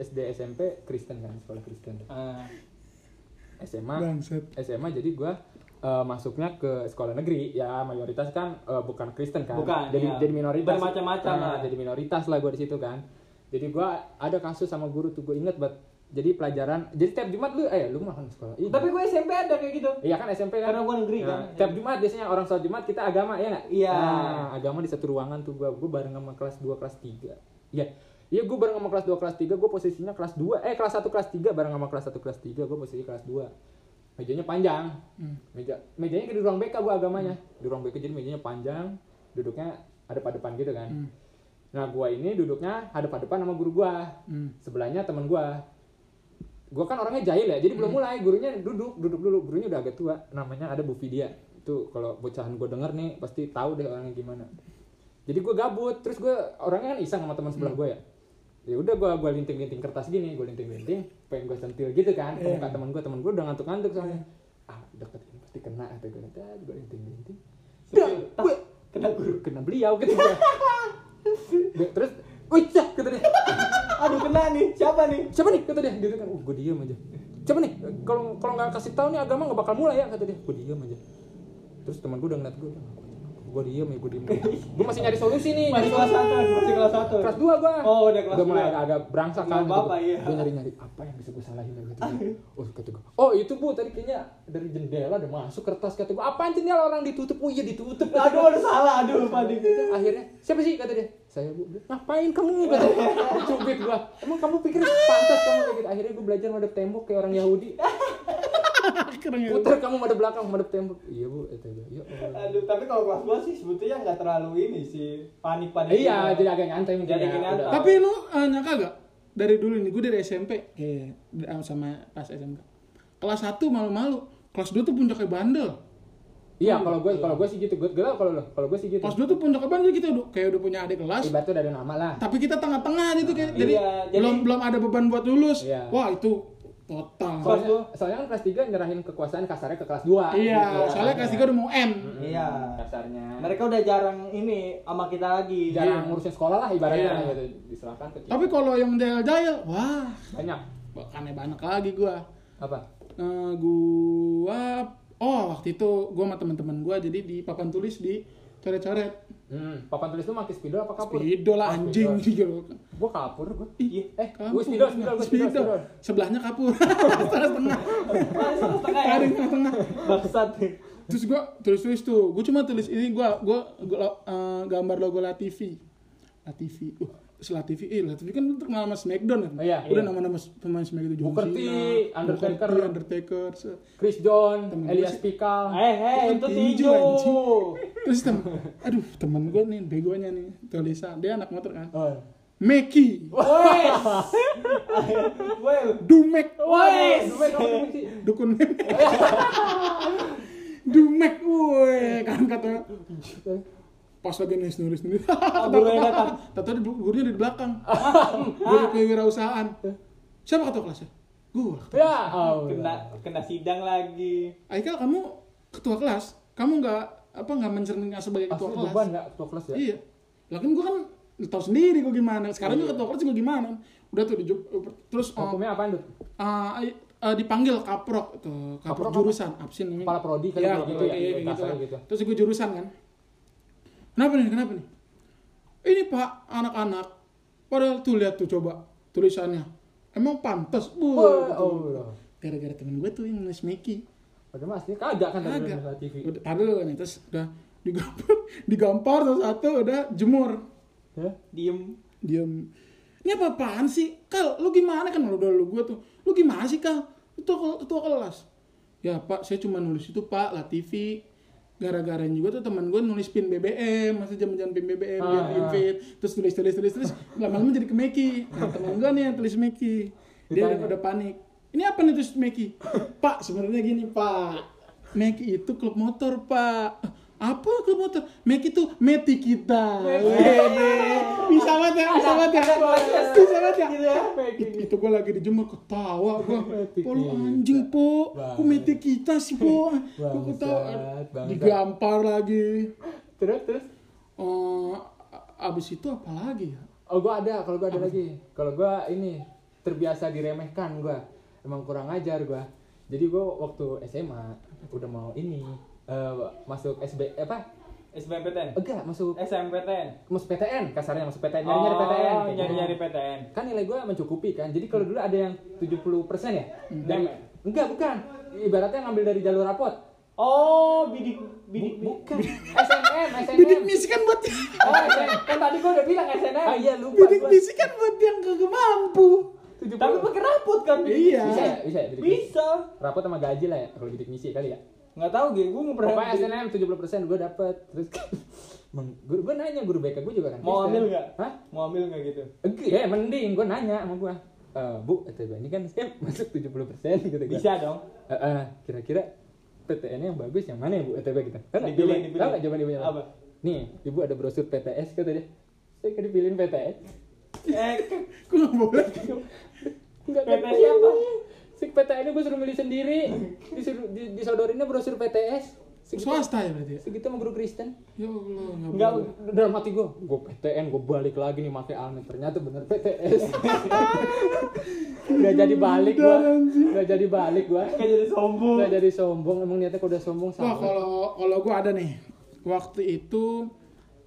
Speaker 2: SD SMP Kristen kan, sekolah Kristen.
Speaker 3: Ah,
Speaker 2: SMA
Speaker 1: Bangset.
Speaker 2: SMA jadi gua eh, masuknya ke sekolah negeri ya mayoritas kan eh, bukan Kristen kan
Speaker 3: Bukan,
Speaker 2: jadi
Speaker 3: iya.
Speaker 2: jadi minoritas
Speaker 3: Bermacam-macam iya.
Speaker 2: Nah,
Speaker 3: lah.
Speaker 2: jadi minoritas lah gue di situ kan jadi gue ada kasus sama guru tuh gue inget banget jadi pelajaran jadi tiap Jumat lu eh lu mah kan sekolah Iya.
Speaker 3: Nah, Tapi gue SMP ada kayak gitu.
Speaker 2: Iya kan SMP kan?
Speaker 3: Karena gua negeri kan.
Speaker 2: Nah, Tiap Jumat biasanya orang sholat Jumat kita agama ya nggak?
Speaker 3: Iya.
Speaker 2: Nah, agama di satu ruangan tuh gua gua bareng sama kelas 2 kelas 3. Iya. Iya gua bareng sama kelas 2 kelas 3 gua posisinya kelas 2 eh kelas 1 kelas 3 bareng sama kelas 1 kelas 3 gua posisi kelas 2. Mejanya panjang.
Speaker 3: Hmm.
Speaker 2: Meja mejanya di ruang BK gua agamanya. Di ruang BK jadi mejanya panjang, duduknya ada pada depan gitu kan.
Speaker 1: Hmm.
Speaker 2: Nah, gua ini duduknya hadap depan sama guru gua.
Speaker 1: Hmm.
Speaker 2: Sebelahnya teman gua. Gua kan orangnya jahil ya, jadi belum mulai gurunya duduk, duduk dulu. Gurunya udah agak tua, namanya ada Bu Fidia. Itu kalau bocahan gua denger nih pasti tahu deh orangnya gimana. Jadi gua gabut, terus gua orangnya kan iseng sama teman sebelah gua ya. Ya udah gua gua linting-linting kertas gini, gua linting-linting, pengen gua sentil gitu kan. ke Muka teman gua, teman gua udah ngantuk-ngantuk soalnya. Ah, deketin pasti kena kata gua. Dah, Gua linting-linting. Dah, gua-
Speaker 3: Kena guru.
Speaker 2: kena beliau gitu gua. Dia- terus wih cah," kata dia
Speaker 3: Aduh kena nih. Siapa nih?
Speaker 2: siapa nih kata dia gitu kan uh gue diem aja siapa nih kalau kalau nggak kasih tahu nih agama nggak bakal mulai ya kata dia gue diem aja terus teman gue udah ngeliat gue gue diem ya gue diem gue masih nyari solusi nih
Speaker 3: Masih kelas satu, masih kelas satu.
Speaker 2: kelas dua gue
Speaker 3: Oh, udah kelas
Speaker 2: udah mulai
Speaker 3: dua.
Speaker 2: agak, agak berangsak
Speaker 3: Nggak
Speaker 2: kan
Speaker 3: apa-apa, iya.
Speaker 2: gue nyari nyari apa yang bisa gue salahin dari kata gue oh kata gue oh itu bu tadi kayaknya dari jendela udah masuk kertas kata gue apaan sih ini orang ditutup oh iya ditutup kata
Speaker 3: Aduh,
Speaker 2: gua.
Speaker 3: aduh salah, aduh Padi.
Speaker 2: akhirnya siapa sih kata dia saya bu ngapain kamu kata dia. cubit gua emang kamu pikir pantas kamu kayak gitu akhirnya gua belajar madep tembok kayak orang Yahudi
Speaker 1: Keren ya.
Speaker 2: putar kamu madep belakang madep tembok iya bu kata gua ya Allah.
Speaker 3: Aduh, tapi kalau kelas gua sih sebetulnya nggak terlalu ini sih panik-panik.
Speaker 2: iya
Speaker 3: juga.
Speaker 2: jadi agak nyantai mungkin
Speaker 3: Jadi
Speaker 2: ya,
Speaker 3: nyantai.
Speaker 2: udah.
Speaker 1: Tapi lu eh, nyangka gak? Dari dulu nih, gue dari SMP eh, eh, sama pas SMK. Kelas 1 malu-malu, kelas 2 tuh puncaknya bandel.
Speaker 2: iya kalau gua kalau gua sih gitu gua gua- kalau kalau gua sih gitu
Speaker 1: Kelas 2 tuh puncaknya bandel kita udah kayak udah punya adik kelas,
Speaker 2: ibaratnya dari nama lah
Speaker 1: tapi kita tengah-tengah gitu kayak jadi,
Speaker 3: Iya, jadi-
Speaker 1: belum belum ada beban buat lulus.
Speaker 2: Iya.
Speaker 1: Wah, itu total.
Speaker 3: Kelas
Speaker 2: soalnya, soalnya kan kelas 3 nyerahin kekuasaan kasarnya ke kelas 2
Speaker 1: Iya, soalnya kelas 3 udah mau M.
Speaker 2: Hmm.
Speaker 3: Iya.
Speaker 2: kasarnya
Speaker 3: Mereka iya. udah jarang ini sama kita lagi.
Speaker 2: jarang ngurusin sekolah lah ibaratnya
Speaker 1: Iya.
Speaker 2: gitu diserahkan ke
Speaker 1: Tapi kalau yang jahil-jahil, wah,
Speaker 2: banyak
Speaker 1: bukannya banyak lagi gua.
Speaker 2: apa
Speaker 1: Eh, gua oh waktu itu gua sama teman-teman gua jadi di papan tulis di coret-coret.
Speaker 2: Hmm, papan tulis lu pakai spidol apa kapur? Ah,
Speaker 1: Spidol lah anjing gitu.
Speaker 2: Gua kapur gua.
Speaker 1: Iya.
Speaker 2: Eh,
Speaker 1: Kampung.
Speaker 2: gua spidol, spidol, gua spidol,
Speaker 1: Spidol.
Speaker 2: spidol.
Speaker 1: Sebelahnya kapur. Setengah tengah.
Speaker 3: Ah, salah setengah ya. Eh,
Speaker 1: Tarik tengah tengah.
Speaker 3: Bangsat.
Speaker 1: Terus gua tulis tulis tuh. Gua cuma tulis ini gua gua, gua lo- eh, gambar logo Latifi. Latifi. Uh, terus Latifi, eh Latifi kan terkenal sama Smackdown kan.
Speaker 2: Oh, iya.
Speaker 1: Udah
Speaker 2: Iya.
Speaker 1: nama-nama s- pemain Smackdown John
Speaker 2: Booker T,
Speaker 1: Cena,
Speaker 2: Undertaker.
Speaker 1: Booker T, Undertaker. se-
Speaker 2: Chris John,
Speaker 1: Temen gua
Speaker 2: Elias
Speaker 1: sih.
Speaker 2: Pikal.
Speaker 3: Eh, eh, itu
Speaker 1: Tinju,
Speaker 3: tinju.
Speaker 1: anjing. Terus tem, aduh teman gua nih begonya nih tulisan. Dia anak motor kan.
Speaker 2: Oh.
Speaker 1: Meki,
Speaker 3: Wes. Wes.
Speaker 1: Dumek,
Speaker 2: Eh,
Speaker 3: Wes.
Speaker 2: Dumet, kamu dumet sih.
Speaker 1: dukun meme. Dumek, woi, kan kata pas lagi nulis nulis nulis.
Speaker 3: gurunya datang.
Speaker 1: Tahu di gurunya di belakang. Guru kewirausahaan. Siapa ketua kelasnya? Gua.
Speaker 2: Ya, Allah.
Speaker 3: Kena kena sidang lagi.
Speaker 1: Aikal kamu ketua kelas, kamu nggak apa nggak mencerminkan sebagai
Speaker 2: Asli
Speaker 1: ketua kelas.
Speaker 2: beban enggak ketua kelas ya?
Speaker 1: Iya. Lah kan gua kan lu tahu sendiri gua gimana. Sekarang
Speaker 2: Iya.
Speaker 1: juga ketua kelas gua gimana. Udah tuh di terus eh,
Speaker 2: Hukumnya apaan, Dut?
Speaker 1: Ah, i- ah, dipanggil kaprok tuh kaprok,
Speaker 2: Kaprok
Speaker 1: jurusan absen namanya.
Speaker 2: Kepala prodi kan
Speaker 1: Iya,
Speaker 2: gitu
Speaker 1: kaprok, iya,
Speaker 2: ya, iya,
Speaker 1: kayak gitu
Speaker 2: kasar
Speaker 1: kan.
Speaker 2: gitu.
Speaker 1: terus gue jurusan kan kenapa nih kenapa nih ini pak anak-anak padahal tuh lihat tuh coba tulisannya emang pantas bu
Speaker 2: Wah,
Speaker 1: gitu.
Speaker 2: Oh, Allah.
Speaker 1: gara-gara temen gue tuh yang nulis Mickey
Speaker 2: Padahal mas, ini kagak kan tadi
Speaker 1: Kagak.
Speaker 2: di TV.
Speaker 1: udah taruh dulu kan ya, terus udah digampar digampar terus satu udah jemur
Speaker 2: Ya?
Speaker 3: Diem.
Speaker 1: diam ini apa apaan sih kal lu gimana kan lu dulu gue tuh lu gimana sih kal ketua, ketua kelas ya pak saya cuma nulis itu pak Latifi gara-gara juga tuh teman gue nulis pin BBM masa zaman zaman pin BBM
Speaker 2: Ah,
Speaker 1: dia di
Speaker 2: ah.
Speaker 1: invite terus tulis tulis tulis tulis lama-lama jadi ke Meki nah, teman gue nih yang tulis Meki dia udah,
Speaker 2: Ditanya.
Speaker 1: udah panik ini apa nih tulis Meki pak sebenarnya gini pak Meki itu klub motor pak apa klub motor Meki itu Meti kita Wede. bisa banget ya bisa banget ya bisa banget ya It- itu gue lagi dijemur ketawa gue
Speaker 2: Meti
Speaker 1: po lu
Speaker 2: kita.
Speaker 1: anjing po kok Meti kita sih po gue
Speaker 2: Bangsat,
Speaker 1: ketawa
Speaker 2: bangsat.
Speaker 1: digampar lagi
Speaker 2: Terus, terus.
Speaker 1: Eh, abis itu apa lagi ya
Speaker 2: Oh, gua ada, kalau gua ada lagi. Kalau gua ini terbiasa diremehkan gua. Emang kurang ajar gua. jadi gue waktu SMA udah mau ini eh, masuk SB apa
Speaker 3: SBMPTN
Speaker 2: enggak masuk
Speaker 3: SMPTN
Speaker 2: masuk PTN kasarnya masuk PTN nyari nyari
Speaker 3: Oh,
Speaker 2: PTN kayak gitu.
Speaker 3: nyari nyari PTN
Speaker 2: kan nilai gue mencukupi kan jadi kalau dulu ada yang 70% ya dari
Speaker 3: Deme.
Speaker 2: enggak bukan ibaratnya ngambil dari jalur rapot
Speaker 3: oh bidik bidik
Speaker 2: Bu- bukan SNM
Speaker 1: bidik
Speaker 2: SNM
Speaker 1: misi kan buat
Speaker 2: oh SNM kan tadi gue udah bilang SNM ah iya lupa
Speaker 1: bidik misi kan buat yang kagak mampu
Speaker 3: tapi pakai rapot kan bidik
Speaker 1: Iya.
Speaker 2: bisa
Speaker 3: misi.
Speaker 2: ya bisa ya bidik misi
Speaker 3: bisa
Speaker 2: rapot sama gaji lah ya kalau bidik misi kali ya
Speaker 3: nggak tahu gue gue nggak pernah
Speaker 2: pokoknya SNM 70% gue dapet terus Meng- guru gue nanya guru BK gue juga kan
Speaker 3: Mau
Speaker 2: Kristen.
Speaker 3: ambil nggak?
Speaker 2: Hah?
Speaker 3: mau ambil nggak gitu
Speaker 2: Enggak, ya mending gue nanya sama gue Eh bu, kata gua, ini kan saya masuk 70% gitu gua.
Speaker 3: bisa dong
Speaker 2: Eh, eh, kira-kira PTN yang bagus yang mana ya bu? ETB kita. Tahu nggak
Speaker 3: Dipilih,
Speaker 2: jawaban-
Speaker 3: dipilih.
Speaker 2: tahu nggak jawaban ibunya?
Speaker 3: Apa?
Speaker 2: Nih, ibu ada brosur PTS kata dia. Saya kan dipilihin PTS.
Speaker 3: eh
Speaker 1: gue nggak boleh
Speaker 2: Enggak
Speaker 3: PTS siapa?
Speaker 2: Sik PTN nya gue suruh milih sendiri. Disuruh, di- disodorinnya brosur PTS. Segitu,
Speaker 1: swasta ya berarti ya?
Speaker 2: segitu sama guru Kristen.
Speaker 1: ya Allah nggak
Speaker 3: nggak
Speaker 1: boleh
Speaker 2: Dalam hati gue, gue PTN, gue balik lagi nih pakai almet. Ternyata bener PTS. Gak jadi balik gue. Gak jadi balik gue.
Speaker 3: kayak jadi sombong
Speaker 2: Gak jadi sombong. Emang niatnya kalau udah sombong
Speaker 1: Wah
Speaker 2: salah.
Speaker 1: kalau kalau gue ada nih waktu itu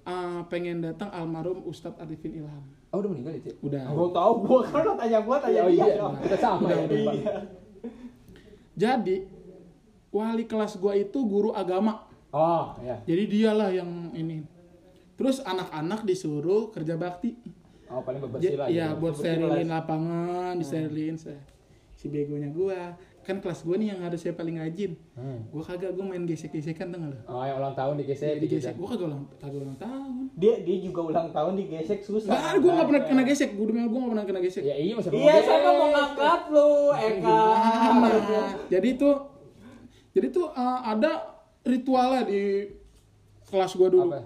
Speaker 1: eh, pengen datang almarhum Ustadz Arifin Ilham
Speaker 2: Oh udah meninggal ya, Cik?
Speaker 1: udah
Speaker 3: gue tahu gue kan lo tanya gue tanya
Speaker 2: Oh
Speaker 3: dia
Speaker 2: iya,
Speaker 3: dong
Speaker 2: kita sama ya. Bang.
Speaker 1: iya. jadi wali kelas gue itu guru agama
Speaker 2: Oh, ya.
Speaker 1: jadi dialah yang ini terus anak-anak disuruh kerja bakti
Speaker 2: Oh, paling
Speaker 1: Ja-
Speaker 2: bebersih lah.
Speaker 1: Iya,
Speaker 2: ya.
Speaker 1: buat
Speaker 3: Bebersih
Speaker 1: sterilin
Speaker 3: kelas.
Speaker 1: lapangan, disterilin se- si begonya gua. Kan kelas gua nih yang harusnya paling rajin.
Speaker 2: Hmm.
Speaker 1: Gua kagak gua main gesek-gesekan tengah lu.
Speaker 2: Oh, yang ulang tahun digesek
Speaker 1: Jadi
Speaker 2: gitu.
Speaker 1: gesek gua kagak ulang kagak ulang tahun.
Speaker 3: dia dia juga ulang tahun digesek susah
Speaker 1: Enggak, gua enggak pernah kena gesek. Gua demi Allah, gua enggak pernah kena gesek.
Speaker 2: Ya iya, masa
Speaker 3: iya
Speaker 2: mau
Speaker 3: saya mau
Speaker 2: gesek?
Speaker 3: ngangkat lu Eka
Speaker 1: Nah, jadi itu jadi tuh eh, ada ritualnya di kelas gua dulu.
Speaker 2: Apa?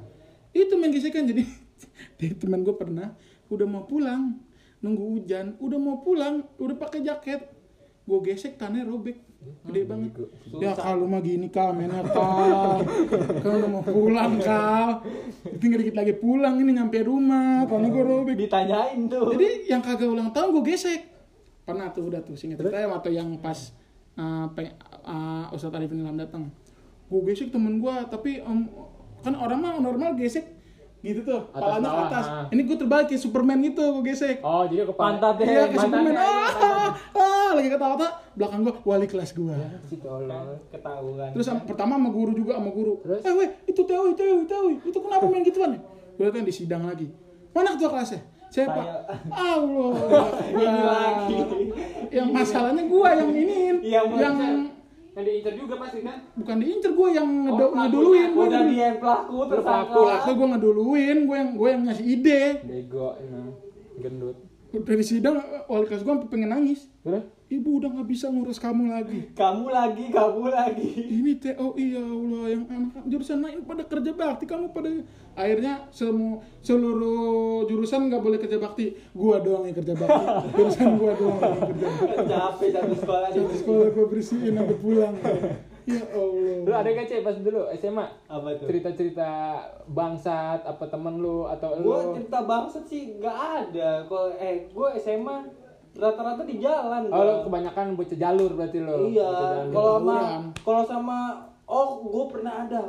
Speaker 1: Itu main gesekan jadi jadi teman gua pernah udah mau pulang nunggu hujan, udah mau pulang, udah pakai jaket. Gua gesek tanah robek. Gede banget.
Speaker 2: Bego.
Speaker 1: Ya kalau mah gini kal mainnya kal Kan udah mau pulang kal Tinggal dikit lagi pulang ini nyampe rumah Tanah gua robek
Speaker 3: ditanyain tuh
Speaker 1: jadi yang kagak ulang tahun gue gesek. Pernah tuh udah tuh singkat cerita waktu yang pas uh, peng- uh, Ustadz Arifin Ilham datang. Gue gesek temen gue tapi em, kan orang mah normal gesek gitu tuh
Speaker 2: Atas
Speaker 1: palanya ke
Speaker 2: bawah,
Speaker 1: atas.
Speaker 2: ah.
Speaker 1: Ini gue terbalik kayak Superman gitu gue gesek.
Speaker 2: Oh, jadi ke
Speaker 3: Pantatnya.
Speaker 1: Iya kayak Superman.
Speaker 2: mantannya, Iya.
Speaker 1: Ah, ah, ah, lagi ketawa-tawa belakang gue wali kelas gue.
Speaker 2: Si tolol.
Speaker 3: ketahuan
Speaker 1: Terus sama- pertama sama guru juga sama guru.
Speaker 2: Terus?
Speaker 1: Eh weh, itu tewi, tewi, tewi. Itu kenapa main gituan? Gue kan di sidang lagi. Mana ketua kelasnya? Saya pak. Allah.
Speaker 3: Ini lagi.
Speaker 1: Yang masalahnya gua yang iniin.
Speaker 3: Iya,
Speaker 1: yang,
Speaker 3: Mas.
Speaker 2: Yang diincer juga pasti kan?
Speaker 1: bukan diincer gua yang ngedo-
Speaker 2: pelakunya.
Speaker 1: ngeduluin gua.
Speaker 3: Oh, udah dia yang pelaku
Speaker 2: Pelaku,
Speaker 1: Pelaku
Speaker 3: tersangka
Speaker 1: gua ngeduluin, gua yang gua yang ngasih ide.
Speaker 2: Bego, emang. gendut.
Speaker 1: Dari sidang wali kelas gua sampai pengen nangis.
Speaker 2: Terus?
Speaker 1: Ibu udah nggak bisa ngurus kamu lagi.
Speaker 3: kamu lagi kamu lagi
Speaker 1: ini TOI ya Allah yang anak jurusan lain pada kerja bakti kamu pada akhirnya semua seluruh jurusan nggak boleh kerja bakti gua doang yang kerja bakti jurusan gua doang yang kerja bakti
Speaker 3: capek satu sekolah di
Speaker 1: Satu sekolah gua bersihin sampai pulang ya
Speaker 2: Lu
Speaker 1: Allah
Speaker 2: ada gak Cik pas dulu SMA?
Speaker 3: apa tuh
Speaker 2: Cerita-cerita bangsat apa temen lu atau lu?
Speaker 3: gue cerita bangsat sih nggak ada kalau eh gue SMA rata-rata di jalan
Speaker 2: Oh, lu
Speaker 3: gua.
Speaker 2: kebanyakan bocah jalur berarti lu.
Speaker 3: iya
Speaker 2: Bocah jalur.
Speaker 3: kalau sama
Speaker 1: Tawuran.
Speaker 3: kalau sama oh gue pernah ada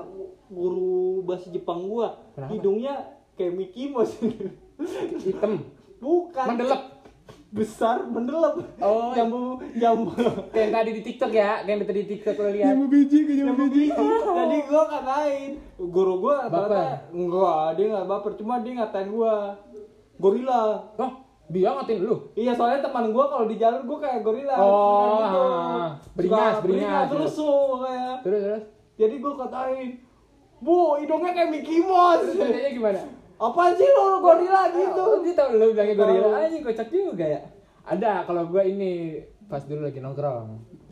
Speaker 3: guru bahasa Jepang gue
Speaker 2: Kenapa?
Speaker 3: hidungnya kayak Mickey Mouse
Speaker 2: hitam.
Speaker 3: bukan
Speaker 2: Mendelep.
Speaker 3: besar mendelep
Speaker 2: Oh.
Speaker 3: jambu jambu
Speaker 2: Kayak yang tadi di TikTok ya, kayak yang tadi di TikTok lu lihat.
Speaker 1: yang mau biji ke yang
Speaker 3: jambu
Speaker 1: mau biji
Speaker 3: biji
Speaker 2: Iya.
Speaker 3: tadi gue katain guru gue rata-rata enggak dia nggak baper cuma dia ngatain gue gorila
Speaker 2: Loh, dia ngatain lu.
Speaker 3: Iya soalnya teman gua kalau di jalur gua kayak gorila.
Speaker 2: Oh,
Speaker 3: Suka gitu.
Speaker 2: ah, beringas,
Speaker 3: Suka
Speaker 2: beringas,
Speaker 3: terus
Speaker 2: iya.
Speaker 3: tuh kayak.
Speaker 2: Terus terus.
Speaker 3: Jadi gua katain, bu hidungnya kayak Mickey Mouse.
Speaker 2: Ceritanya gimana?
Speaker 3: Apa sih lo gorila gitu?
Speaker 2: Oh, dia tau lu bilangnya gorila.
Speaker 3: Tahu.
Speaker 2: Anjing kocak juga ya. Ada kalau gua ini pas dulu lagi nongkrong.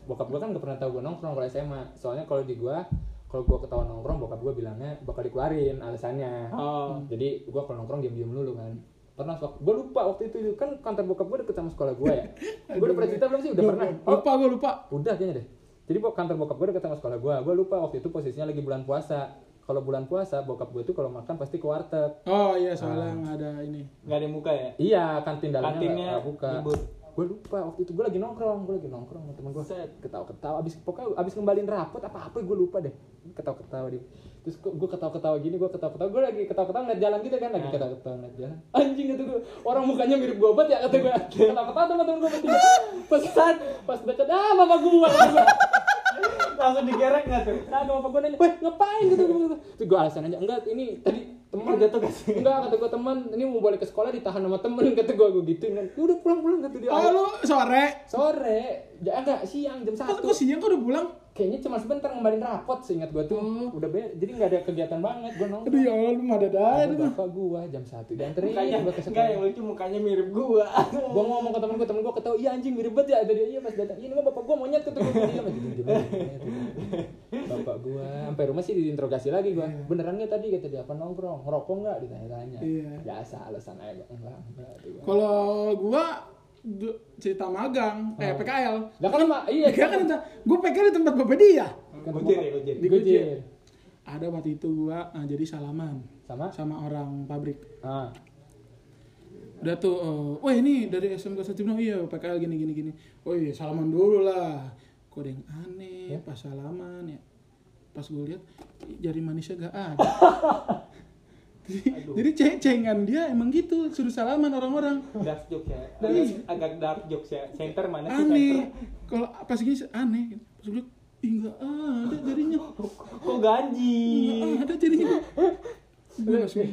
Speaker 2: Bokap gua kan gak pernah tahu gua nongkrong kalau SMA. Soalnya kalau di gua kalau gua ketahuan nongkrong bokap gua bilangnya bakal dikeluarin alasannya.
Speaker 3: Oh.
Speaker 2: Jadi gua kalau nongkrong diam-diam dulu kan. Pernah waktu gua lupa waktu itu kan kantor bokap gua deket sama sekolah gua ya. gua udah pernah cerita belum sih? Udah pernah. Oh,
Speaker 1: lupa gua lupa
Speaker 2: udah kayaknya deh jadi bok kantor bokap gue deket sama sekolah gue gue lupa waktu itu posisinya lagi bulan puasa kalau bulan puasa bokap gue tuh kalau makan pasti ke warteg
Speaker 1: oh iya soalnya nggak ada ini
Speaker 3: Gak ada muka ya?
Speaker 2: iya kantin dalamnya
Speaker 3: Kantinnya
Speaker 2: nggak- nggak buka
Speaker 3: libur.
Speaker 2: gue lupa waktu itu gue lagi nongkrong gue lagi nongkrong sama temen gue
Speaker 3: Set.
Speaker 2: ketawa-ketawa abis pokoknya abis ngembalin rapot apa apa gue lupa deh ketawa-ketawa dia terus gue ketawa-ketawa gini gue ketawa-ketawa gue lagi ketawa-ketawa ngeliat jalan gitu kan lagi ketawa-ketawa ngeliat jalan anjing kata gue orang mukanya mirip gue banget ya kata gue
Speaker 3: Hmm.
Speaker 2: ketawa-ketawa teman-teman gue bertiga pas saat pas deket ah mama gue
Speaker 3: langsung digerek nggak tuh
Speaker 2: Nah, sama gue nanya, weh ngapain gitu gitu. gitu. Terus gue alasan aja, enggak ini tadi teman
Speaker 3: Kerja tugas.
Speaker 2: Enggak, kata gue teman, ini mau balik ke sekolah ditahan sama temen kata gue gue gituin kan. Udah pulang-pulang kata dia.
Speaker 1: Oh lu sore.
Speaker 2: Sore, ya enggak siang jam
Speaker 1: Kok
Speaker 2: satu.
Speaker 1: kok siang kok udah pulang?
Speaker 2: Kayaknya cuma sebentar ngembalin rapot seingat gue tuh. Udah be, jadi nggak ada kegiatan banget gue nongkrong.
Speaker 1: Hmm. Aduh ya Allah lu mah dadah
Speaker 2: Ada
Speaker 1: itu.
Speaker 2: bapak gue jam satu dianterin
Speaker 3: mukanya
Speaker 2: gue
Speaker 1: ya,
Speaker 2: ke
Speaker 3: enggak yang
Speaker 2: sekolah.
Speaker 3: lucu mukanya mirip gua
Speaker 2: Gue ngomong ke temen gue, temen gue ketawa, iya anjing mirip banget ya. Ada dia, iya pas datang, ini mah bapak gue monyet kata gue. Iya, masih diem Bapak gue, sampai rumah sih diinterogasi lagi gue. Beneran nggak tadi kata dia, apa nongkrong, ngerokok nggak ditanya-tanya.
Speaker 1: Iya.
Speaker 2: Biasa alasan aja, gua, enggak, enggak. kata gua.
Speaker 1: Kalau gua du- cerita magang, eh PKL.
Speaker 2: Lah kan emang- iya.
Speaker 1: PKL kan entah- gua PKL di tempat Bapak dia.
Speaker 3: gojir ya gojir
Speaker 2: Di Gojir.
Speaker 1: Ada waktu itu gua ah, jadi salaman
Speaker 2: Sama?
Speaker 1: sama orang pabrik.
Speaker 2: Ah.
Speaker 1: Udah tuh, eh, wah ini dari SMK Satibno, iya PKL gini gini gini. Oh iya salaman dulu lah. Kok ada yang aneh pas salaman ya. Pas gue lihat jari manisnya gak ada. jadi, jadi ceng-cengan dia emang gitu suruh salaman orang-orang.
Speaker 3: dark jokes ya
Speaker 1: Iya.
Speaker 3: agak dark jokes ya center mana sih
Speaker 1: aneh
Speaker 3: center
Speaker 1: kalau pas gini aneh pas gue liat, ih nggak ada jarinya
Speaker 3: kok gaji
Speaker 1: nggak ada jarinya gue langsung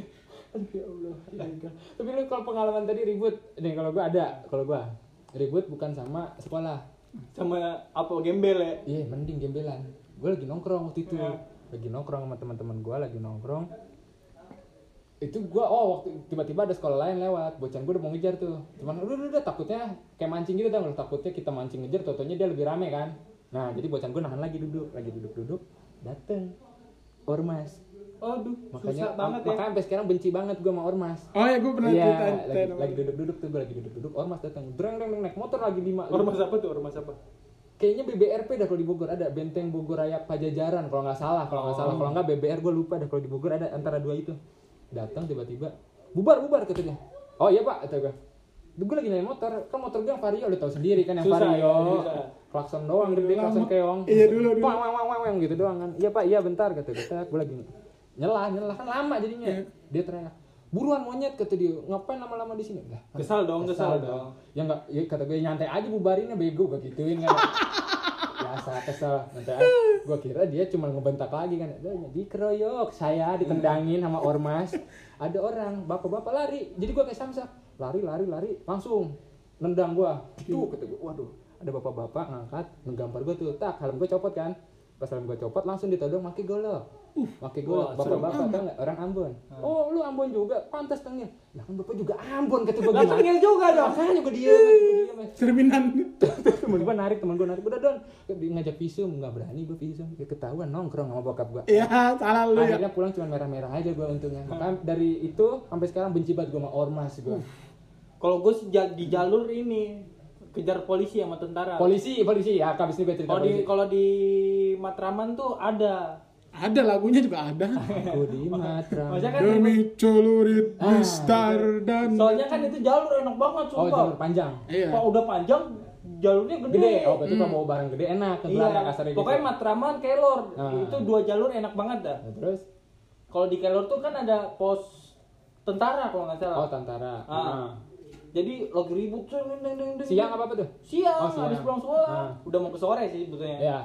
Speaker 2: Aduh, ya Allah. ya Allah. Tapi lu kalau pengalaman tadi ribut, nih kalau gua ada, kalau gua ribut bukan sama sekolah.
Speaker 3: sama apa gembel ya
Speaker 2: Iya, mending gembelan. Gua lagi nongkrong waktu itu.
Speaker 3: Iya.
Speaker 2: Lagi nongkrong sama teman-teman gua lagi nongkrong. Itu gua oh waktu tiba-tiba ada sekolah lain lewat, bocan gua udah mau ngejar tuh. Cuman udah udah, udah takutnya kayak mancing gitu tau nggak lu? takutnya kita mancing ngejar totonya dia lebih rame kan. Nah, jadi bocan gua nahan lagi duduk, lagi duduk-duduk, dateng ormas.
Speaker 3: aduh susah
Speaker 2: Makanya
Speaker 3: banget ya
Speaker 2: makanya sampai sekarang benci banget gua sama ormas.
Speaker 1: oh ya gue pernah cerita
Speaker 2: Iya, lagi,
Speaker 1: cerita-
Speaker 2: lagi duduk-duduk tuh gue lagi duduk-duduk ormas datang. Dreng dreng dreng, naik motor lagi lima.
Speaker 3: ormas apa tuh ormas apa
Speaker 2: Kayaknya BBRP dah kalau di Bogor ada Benteng Bogor Raya Pajajaran kalau nggak salah, kalau nggak
Speaker 1: Oh.
Speaker 2: salah, kalau nggak BBR gue lupa dah kalau di Bogor ada antara dua itu. Datang tiba-tiba bubar bubar kata dia. Oh iya Pak, kata gue. Gue lagi nyari motor, kan motor gue yang vario, lo tau sendiri kan yang
Speaker 3: Susah,
Speaker 2: vario.
Speaker 3: ya, susah.
Speaker 2: Klakson doang gede, klakson keong.
Speaker 1: Iya, dulu, dulu.
Speaker 2: Wang wang wang wang wang, gitu doang kan. Iya Pak, iya bentar kata gue. Gue lagi nyelah, nyelah kan lama jadinya.
Speaker 1: Iya.
Speaker 2: Dia teriak, "Buruan monyet," kata dia. "Ngapain lama-lama di sini?" Lah,
Speaker 3: kesal dong kesal dong
Speaker 2: ya nggak ya kata gue nyantai aja bubarinnya bego gue gituin kan biasa kesel nanti aja. gue kira dia cuma ngebentak lagi kan Dia dikeroyok saya ditendangin sama ormas ada orang bapak-bapak lari jadi gue kayak samsak lari lari lari langsung nendang gue tuh kata gue waduh ada bapak-bapak ngangkat ngegampar gue tuh tak helm gue copot kan pas helm gue copot langsung ditodong maki golok maki golok
Speaker 3: Uh, wah, Ah.
Speaker 2: bapak-bapak tau nggak orang Ambon oh lu Ambon juga pantas tengil lah kan bapak juga Ambon kata gue
Speaker 3: Lah, tengil juga dong.
Speaker 2: makanya gue diem gue diem
Speaker 1: cerminan
Speaker 2: temen gue narik temen gue narik udah don Dia ngajak visum nggak berani gue visum ya ketahuan nongkrong sama bokap gue
Speaker 1: ya salah
Speaker 3: Iya,
Speaker 1: lu ya
Speaker 2: akhirnya pulang cuma merah-merah aja gue untungnya
Speaker 3: Ah.
Speaker 2: Makanya dari itu sampai sekarang benci banget gue sama ormas gue
Speaker 3: Uh. kalau gue di jalur ini kejar polisi sama tentara
Speaker 2: polisi polisi ya habis ini gue cerita
Speaker 3: kalau di
Speaker 2: polisi
Speaker 3: kalau di Matraman tuh ada
Speaker 1: ada lagunya juga ada
Speaker 2: aku di Matra
Speaker 3: Maksudnya kan
Speaker 1: demi celurit besar dan
Speaker 3: soalnya kan itu jalur enak banget
Speaker 2: oh
Speaker 3: sumpah
Speaker 2: jalur panjang
Speaker 1: iya
Speaker 3: Kalau udah panjang jalurnya gede. Hmm.
Speaker 2: gede oh berarti kalau bawa barang gede enak ke
Speaker 3: iya.
Speaker 2: Belanda kasarnya gitu
Speaker 3: Pokoknya Matraman, Kelor
Speaker 2: Ah.
Speaker 3: itu dua jalur enak banget dah.
Speaker 2: Nah, terus
Speaker 3: Kalau di Kelor tuh kan ada pos tentara kalau nggak salah.
Speaker 2: oh tentara
Speaker 3: Ah. Jadi lagi ribut cuy, deng, deng, deng,
Speaker 2: Ah.
Speaker 3: deng.
Speaker 2: siang apa apa tuh
Speaker 3: Siang,
Speaker 2: Oh, siang.
Speaker 3: habis pulang sekolah.
Speaker 2: Ah.
Speaker 3: Udah mau ke sore sih sebetulnya.
Speaker 2: ya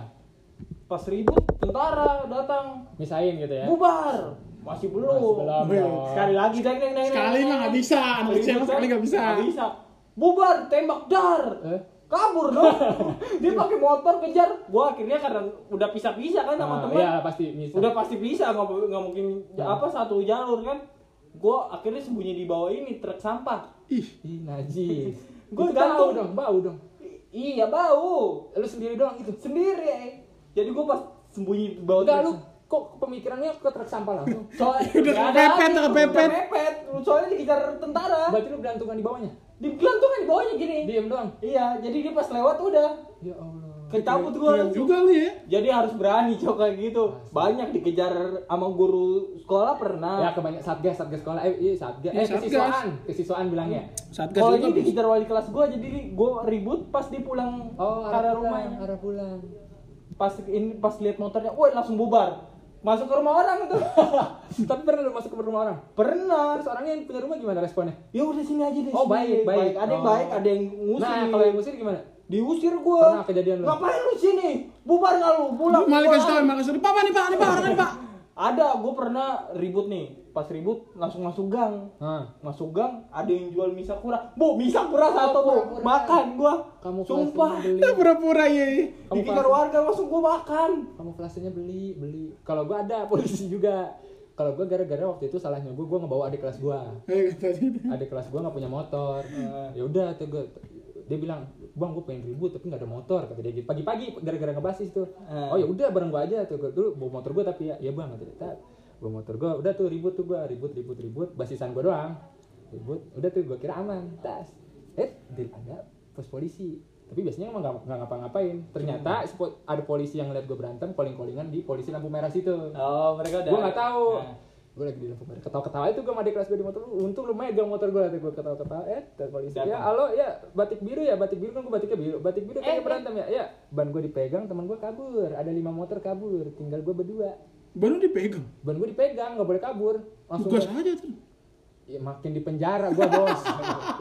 Speaker 3: Pas ribut tentara datang
Speaker 2: misain gitu ya
Speaker 3: bubar. Masih belum.
Speaker 2: Masih belum, dong.
Speaker 3: Sekali lagi deng deng deng.
Speaker 1: Sekali
Speaker 3: deng,
Speaker 1: mah nggak
Speaker 3: deng.
Speaker 1: bisa, anak
Speaker 3: Ribut,
Speaker 1: kecil mah sekali
Speaker 3: kan?
Speaker 1: nggak bisa.
Speaker 3: Nggak bisa. Bubar, tembak dar.
Speaker 2: Eh?
Speaker 3: kabur dong dia pakai motor kejar gua akhirnya karena udah pisah-pisah kan sama
Speaker 2: Ah,
Speaker 3: teman
Speaker 2: iya pasti Ah. misah.
Speaker 3: udah pasti pisah nggak nggak mungkin apa satu jalur kan gua akhirnya sembunyi di bawah ini truk sampah
Speaker 1: ih
Speaker 2: Ih, najis.
Speaker 3: Gua
Speaker 2: Itu bau
Speaker 3: gantung.
Speaker 2: dong, bau dong.
Speaker 3: I- iya bau
Speaker 2: Lu sendiri doang itu.
Speaker 3: sendiri eh. jadi gua pas sembunyi di bawah
Speaker 2: Enggak
Speaker 3: truk
Speaker 2: lu kok pemikirannya ke truk sampah langsung.
Speaker 3: soalnya
Speaker 1: Udah
Speaker 3: nggak ada
Speaker 1: kepepet,
Speaker 3: lagi,
Speaker 1: udah kepepet.
Speaker 3: udah kepepet. soalnya dikejar tentara
Speaker 2: Berarti lu berantungan di bawahnya.
Speaker 3: digelantungan di bawahnya gini
Speaker 2: Diem doang.
Speaker 3: iya jadi dia pas lewat udah
Speaker 2: Ya Allah.
Speaker 3: Kecabut gua
Speaker 1: Keren
Speaker 2: iya.
Speaker 3: langsung.
Speaker 1: juga lu ya.
Speaker 3: Jadi harus berani cok kayak gitu. Banyak dikejar sama guru sekolah
Speaker 2: Ya
Speaker 3: pernah.
Speaker 2: kebanyak satgas satgas sekolah eh iya satgas
Speaker 1: Iya,
Speaker 2: eh
Speaker 1: satgas.
Speaker 2: kesiswaan kesiswaan bilangnya.
Speaker 3: Hmm.
Speaker 1: Satgas
Speaker 3: Kalau
Speaker 1: juga
Speaker 3: ini dikejar wali kelas gua jadi gua ribut pas dia pulang
Speaker 2: Oh,
Speaker 3: ke arah ya.
Speaker 2: arah pulang,
Speaker 3: rumahnya.
Speaker 2: arah pulang.
Speaker 3: Pas ini pas lihat motornya, woi langsung bubar. Masuk ke rumah orang tuh.
Speaker 2: Tapi pernah lu masuk ke rumah orang?
Speaker 3: pernah.
Speaker 2: Terus orangnya yang punya rumah gimana responnya?
Speaker 3: Ya udah sini aja deh.
Speaker 2: Oh,
Speaker 3: sini.
Speaker 2: baik, baik.
Speaker 3: Ada yang
Speaker 2: Oh.
Speaker 3: baik, ada yang ngusir.
Speaker 2: Nah, kalau yang ngusir gimana?
Speaker 3: diusir gua.
Speaker 2: Pernah kejadian lu?
Speaker 3: Ngapain lu sini? Bubar nggak lu?
Speaker 1: Lu
Speaker 3: Pulang.
Speaker 1: malah kasih tau,
Speaker 3: pulang.
Speaker 1: malah kasih tau. Pak, pak, nih pak, nih pak, orangnya pak.
Speaker 3: Ada, gue pernah ribut nih. Pas ribut langsung masuk gang.
Speaker 2: Hah.
Speaker 3: Masuk gang, ada yang jual misakura. Bu, misakura satu bu. Makan gua.
Speaker 2: Kamu
Speaker 3: Sumpah.
Speaker 2: kelasnya beli.
Speaker 1: Ya, Pura-pura ya.
Speaker 2: Kamu
Speaker 3: Dikejar
Speaker 2: kelas-
Speaker 3: warga langsung gua makan.
Speaker 2: Kamu kelasnya beli, beli. Kalau gua ada polisi juga. Kalau gua gara-gara waktu itu salahnya gua, gua ngebawa adik kelas gua.
Speaker 1: Eh, kata dia.
Speaker 2: Adik kelas gua nggak punya motor. Ya udah tuh gua dia bilang, "Bang, gua pengen ribut tapi nggak ada motor." Kata dia gitu. Pagi-pagi gara-gara ngebasis tuh.
Speaker 3: Eh.
Speaker 2: Oh ya udah bareng gua aja tuh. Gua dulu bawa motor gua tapi ya, ya Bang, kata dia. "Tak, Bawa motor gua udah tuh ribut tuh gua, ribut ribut ribut basisan gua doang. Ribut, udah tuh gua kira aman. Tas. Eh, di- ada pos polisi. Tapi biasanya emang nggak nggak ngapa-ngapain. Ternyata spo- ada polisi yang ngeliat gua berantem, calling-callingan di polisi lampu merah situ
Speaker 3: Oh, mereka
Speaker 2: gue nggak tahu
Speaker 1: Nah.
Speaker 2: gue lagi di lampu merah ketawa-ketawa itu gue sama adik kelas gue di motor untung lu megang motor gue gue ketawa-ketawa eh dan polisi ya
Speaker 3: Datang.
Speaker 2: halo ya batik biru ya batik biru kan gue batiknya biru batik biru kayak berantem ya ya ban gue dipegang teman gue kabur ada lima motor kabur tinggal gue berdua
Speaker 1: Baru dipegang.
Speaker 2: ban gue dipegang nggak boleh kabur langsung
Speaker 1: Buka saja tuh.
Speaker 2: Ya, makin di penjara gue bos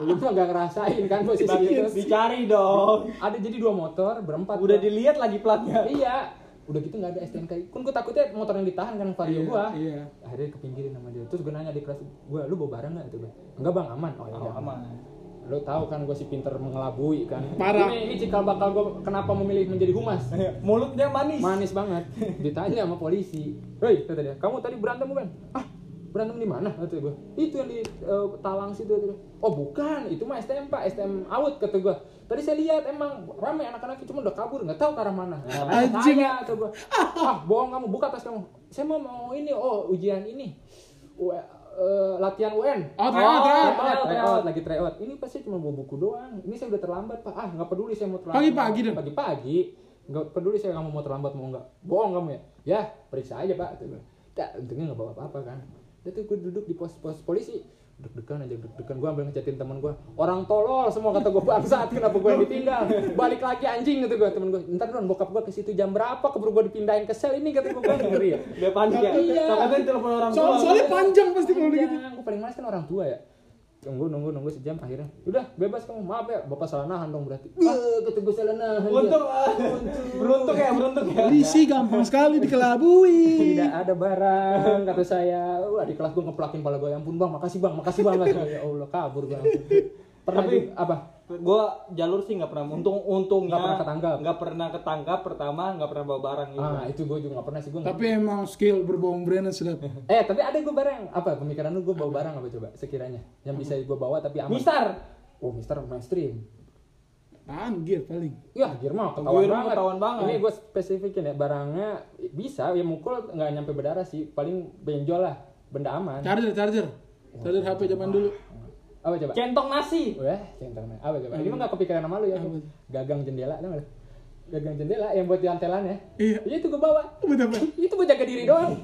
Speaker 2: lu mah gak ngerasain kan posisi itu
Speaker 3: Dicari dong.
Speaker 2: ada jadi dua motor berempat
Speaker 3: Udah
Speaker 2: gua.
Speaker 3: dilihat lagi platnya.
Speaker 2: iya udah gitu nggak ada STNK kan gue takutnya motor yang ditahan kan
Speaker 1: Iya,
Speaker 2: vario gue
Speaker 1: Iya.
Speaker 2: akhirnya ke pinggirin sama dia terus gue nanya di kelas gue lu bawa barang nggak itu gue enggak bang aman oh iya
Speaker 3: Oh, aman.
Speaker 2: lu tahu kan gue si pinter mengelabui kan
Speaker 1: Parah.
Speaker 2: ini, ini cikal bakal gue kenapa memilih menjadi humas
Speaker 3: Mulutnya manis.
Speaker 2: manis banget ditanya sama polisi Woi kata dia kamu tadi berantem bukan ah berantem di mana kata gue itu yang di eh, talang situ kata dia. oh bukan itu mah STM pak STM out kata gue tadi saya lihat emang rame anak-anak cuma udah kabur nggak tahu ke arah mana Nah,
Speaker 1: Anjing.
Speaker 2: saya kata gue ah bohong kamu buka tas kamu saya mau mau ini oh ujian ini U- eh, latihan UN
Speaker 1: Oh, tryout, tryout.
Speaker 2: tryout,
Speaker 3: tryout.
Speaker 2: tryout, lagi tryout. Ini pasti cuma bawa buku doang. Ini saya udah terlambat, Pak. Ah, nggak peduli saya mau terlambat.
Speaker 1: Pagi-pagi dong?
Speaker 2: Pagi-pagi. Nggak peduli saya kamu mau terlambat mau nggak. Bohong kamu ya. Ya, periksa aja, Pak. Tuh. Tak, untungnya nggak bawa apa-apa kan. Udah tuh gue duduk di pos-pos polisi. Deg-degan aja, deg-degan. Gue ambil ngechatin teman gue. Orang tolol semua kata gue bangsat. Kenapa gue yang ditinggal? Balik lagi anjing gitu gue. Temen gue, ntar dong bokap gue ke situ jam berapa? Keburu gue dipindahin ke sel ini kata gue. Gue ngeri ya.
Speaker 3: Dia panik ya.
Speaker 2: Iya.
Speaker 3: Takutnya telepon orang
Speaker 1: Soal
Speaker 3: tua.
Speaker 1: soalnya panjang pasti kalau udah gitu.
Speaker 2: Gue paling males kan orang tua ya. Nunggu nunggu nunggu sejam akhirnya. Udah bebas kamu. Maaf ya, Bapak salah nahan dong berarti. Eh, kata gue salah nahan.
Speaker 3: Untung ah,
Speaker 2: Iya.
Speaker 3: beruntung ya, beruntung ya.
Speaker 1: Polisi gampang sekali dikelabui.
Speaker 2: Tidak ada barang kata saya. Wah, di kelas gue ngeplakin kepala gue. Ya ampun Bang, makasih Bang, makasih banget. ya Allah, kabur gue. Pernah
Speaker 3: Tapi-
Speaker 2: juga- apa?
Speaker 3: gua jalur sih nggak pernah untung untungnya
Speaker 2: Nggak pernah ketangkap.
Speaker 3: nggak pernah ketangkap pertama nggak pernah bawa barang gitu
Speaker 2: Ah, itu gue juga gak pernah sih gue.
Speaker 1: Tapi emang skill berbohong brand sedap.
Speaker 2: Eh, tapi ada gue barang. Apa pemikiran lu gue bawa barang apa coba sekiranya? Yang bisa gue bawa tapi aman.
Speaker 3: mistar
Speaker 2: Oh, Mister mainstream.
Speaker 1: Apaan gear paling.
Speaker 2: Ya, gear mah ketahuan
Speaker 3: Gear mah
Speaker 2: banget.
Speaker 3: ketahuan banget.
Speaker 2: Ini gue spesifikin ya, barangnya bisa ya mukul nggak nyampe berdarah sih, paling benjol lah, benda aman.
Speaker 1: Charger, charger. Charger HP zaman dulu.
Speaker 2: Apa coba?
Speaker 3: centong nasi
Speaker 2: Wah, centangnya. Apa coba? Ini mah nggak kepikiran sama lu ya.
Speaker 1: Iya. Apa?
Speaker 2: Gagang jendela, tau nggak lu? Gagang jendela yang buat di antelannya.
Speaker 1: Iya.
Speaker 2: Iya itu gue bawa.
Speaker 1: Betapa?
Speaker 2: itu gue jaga diri doang.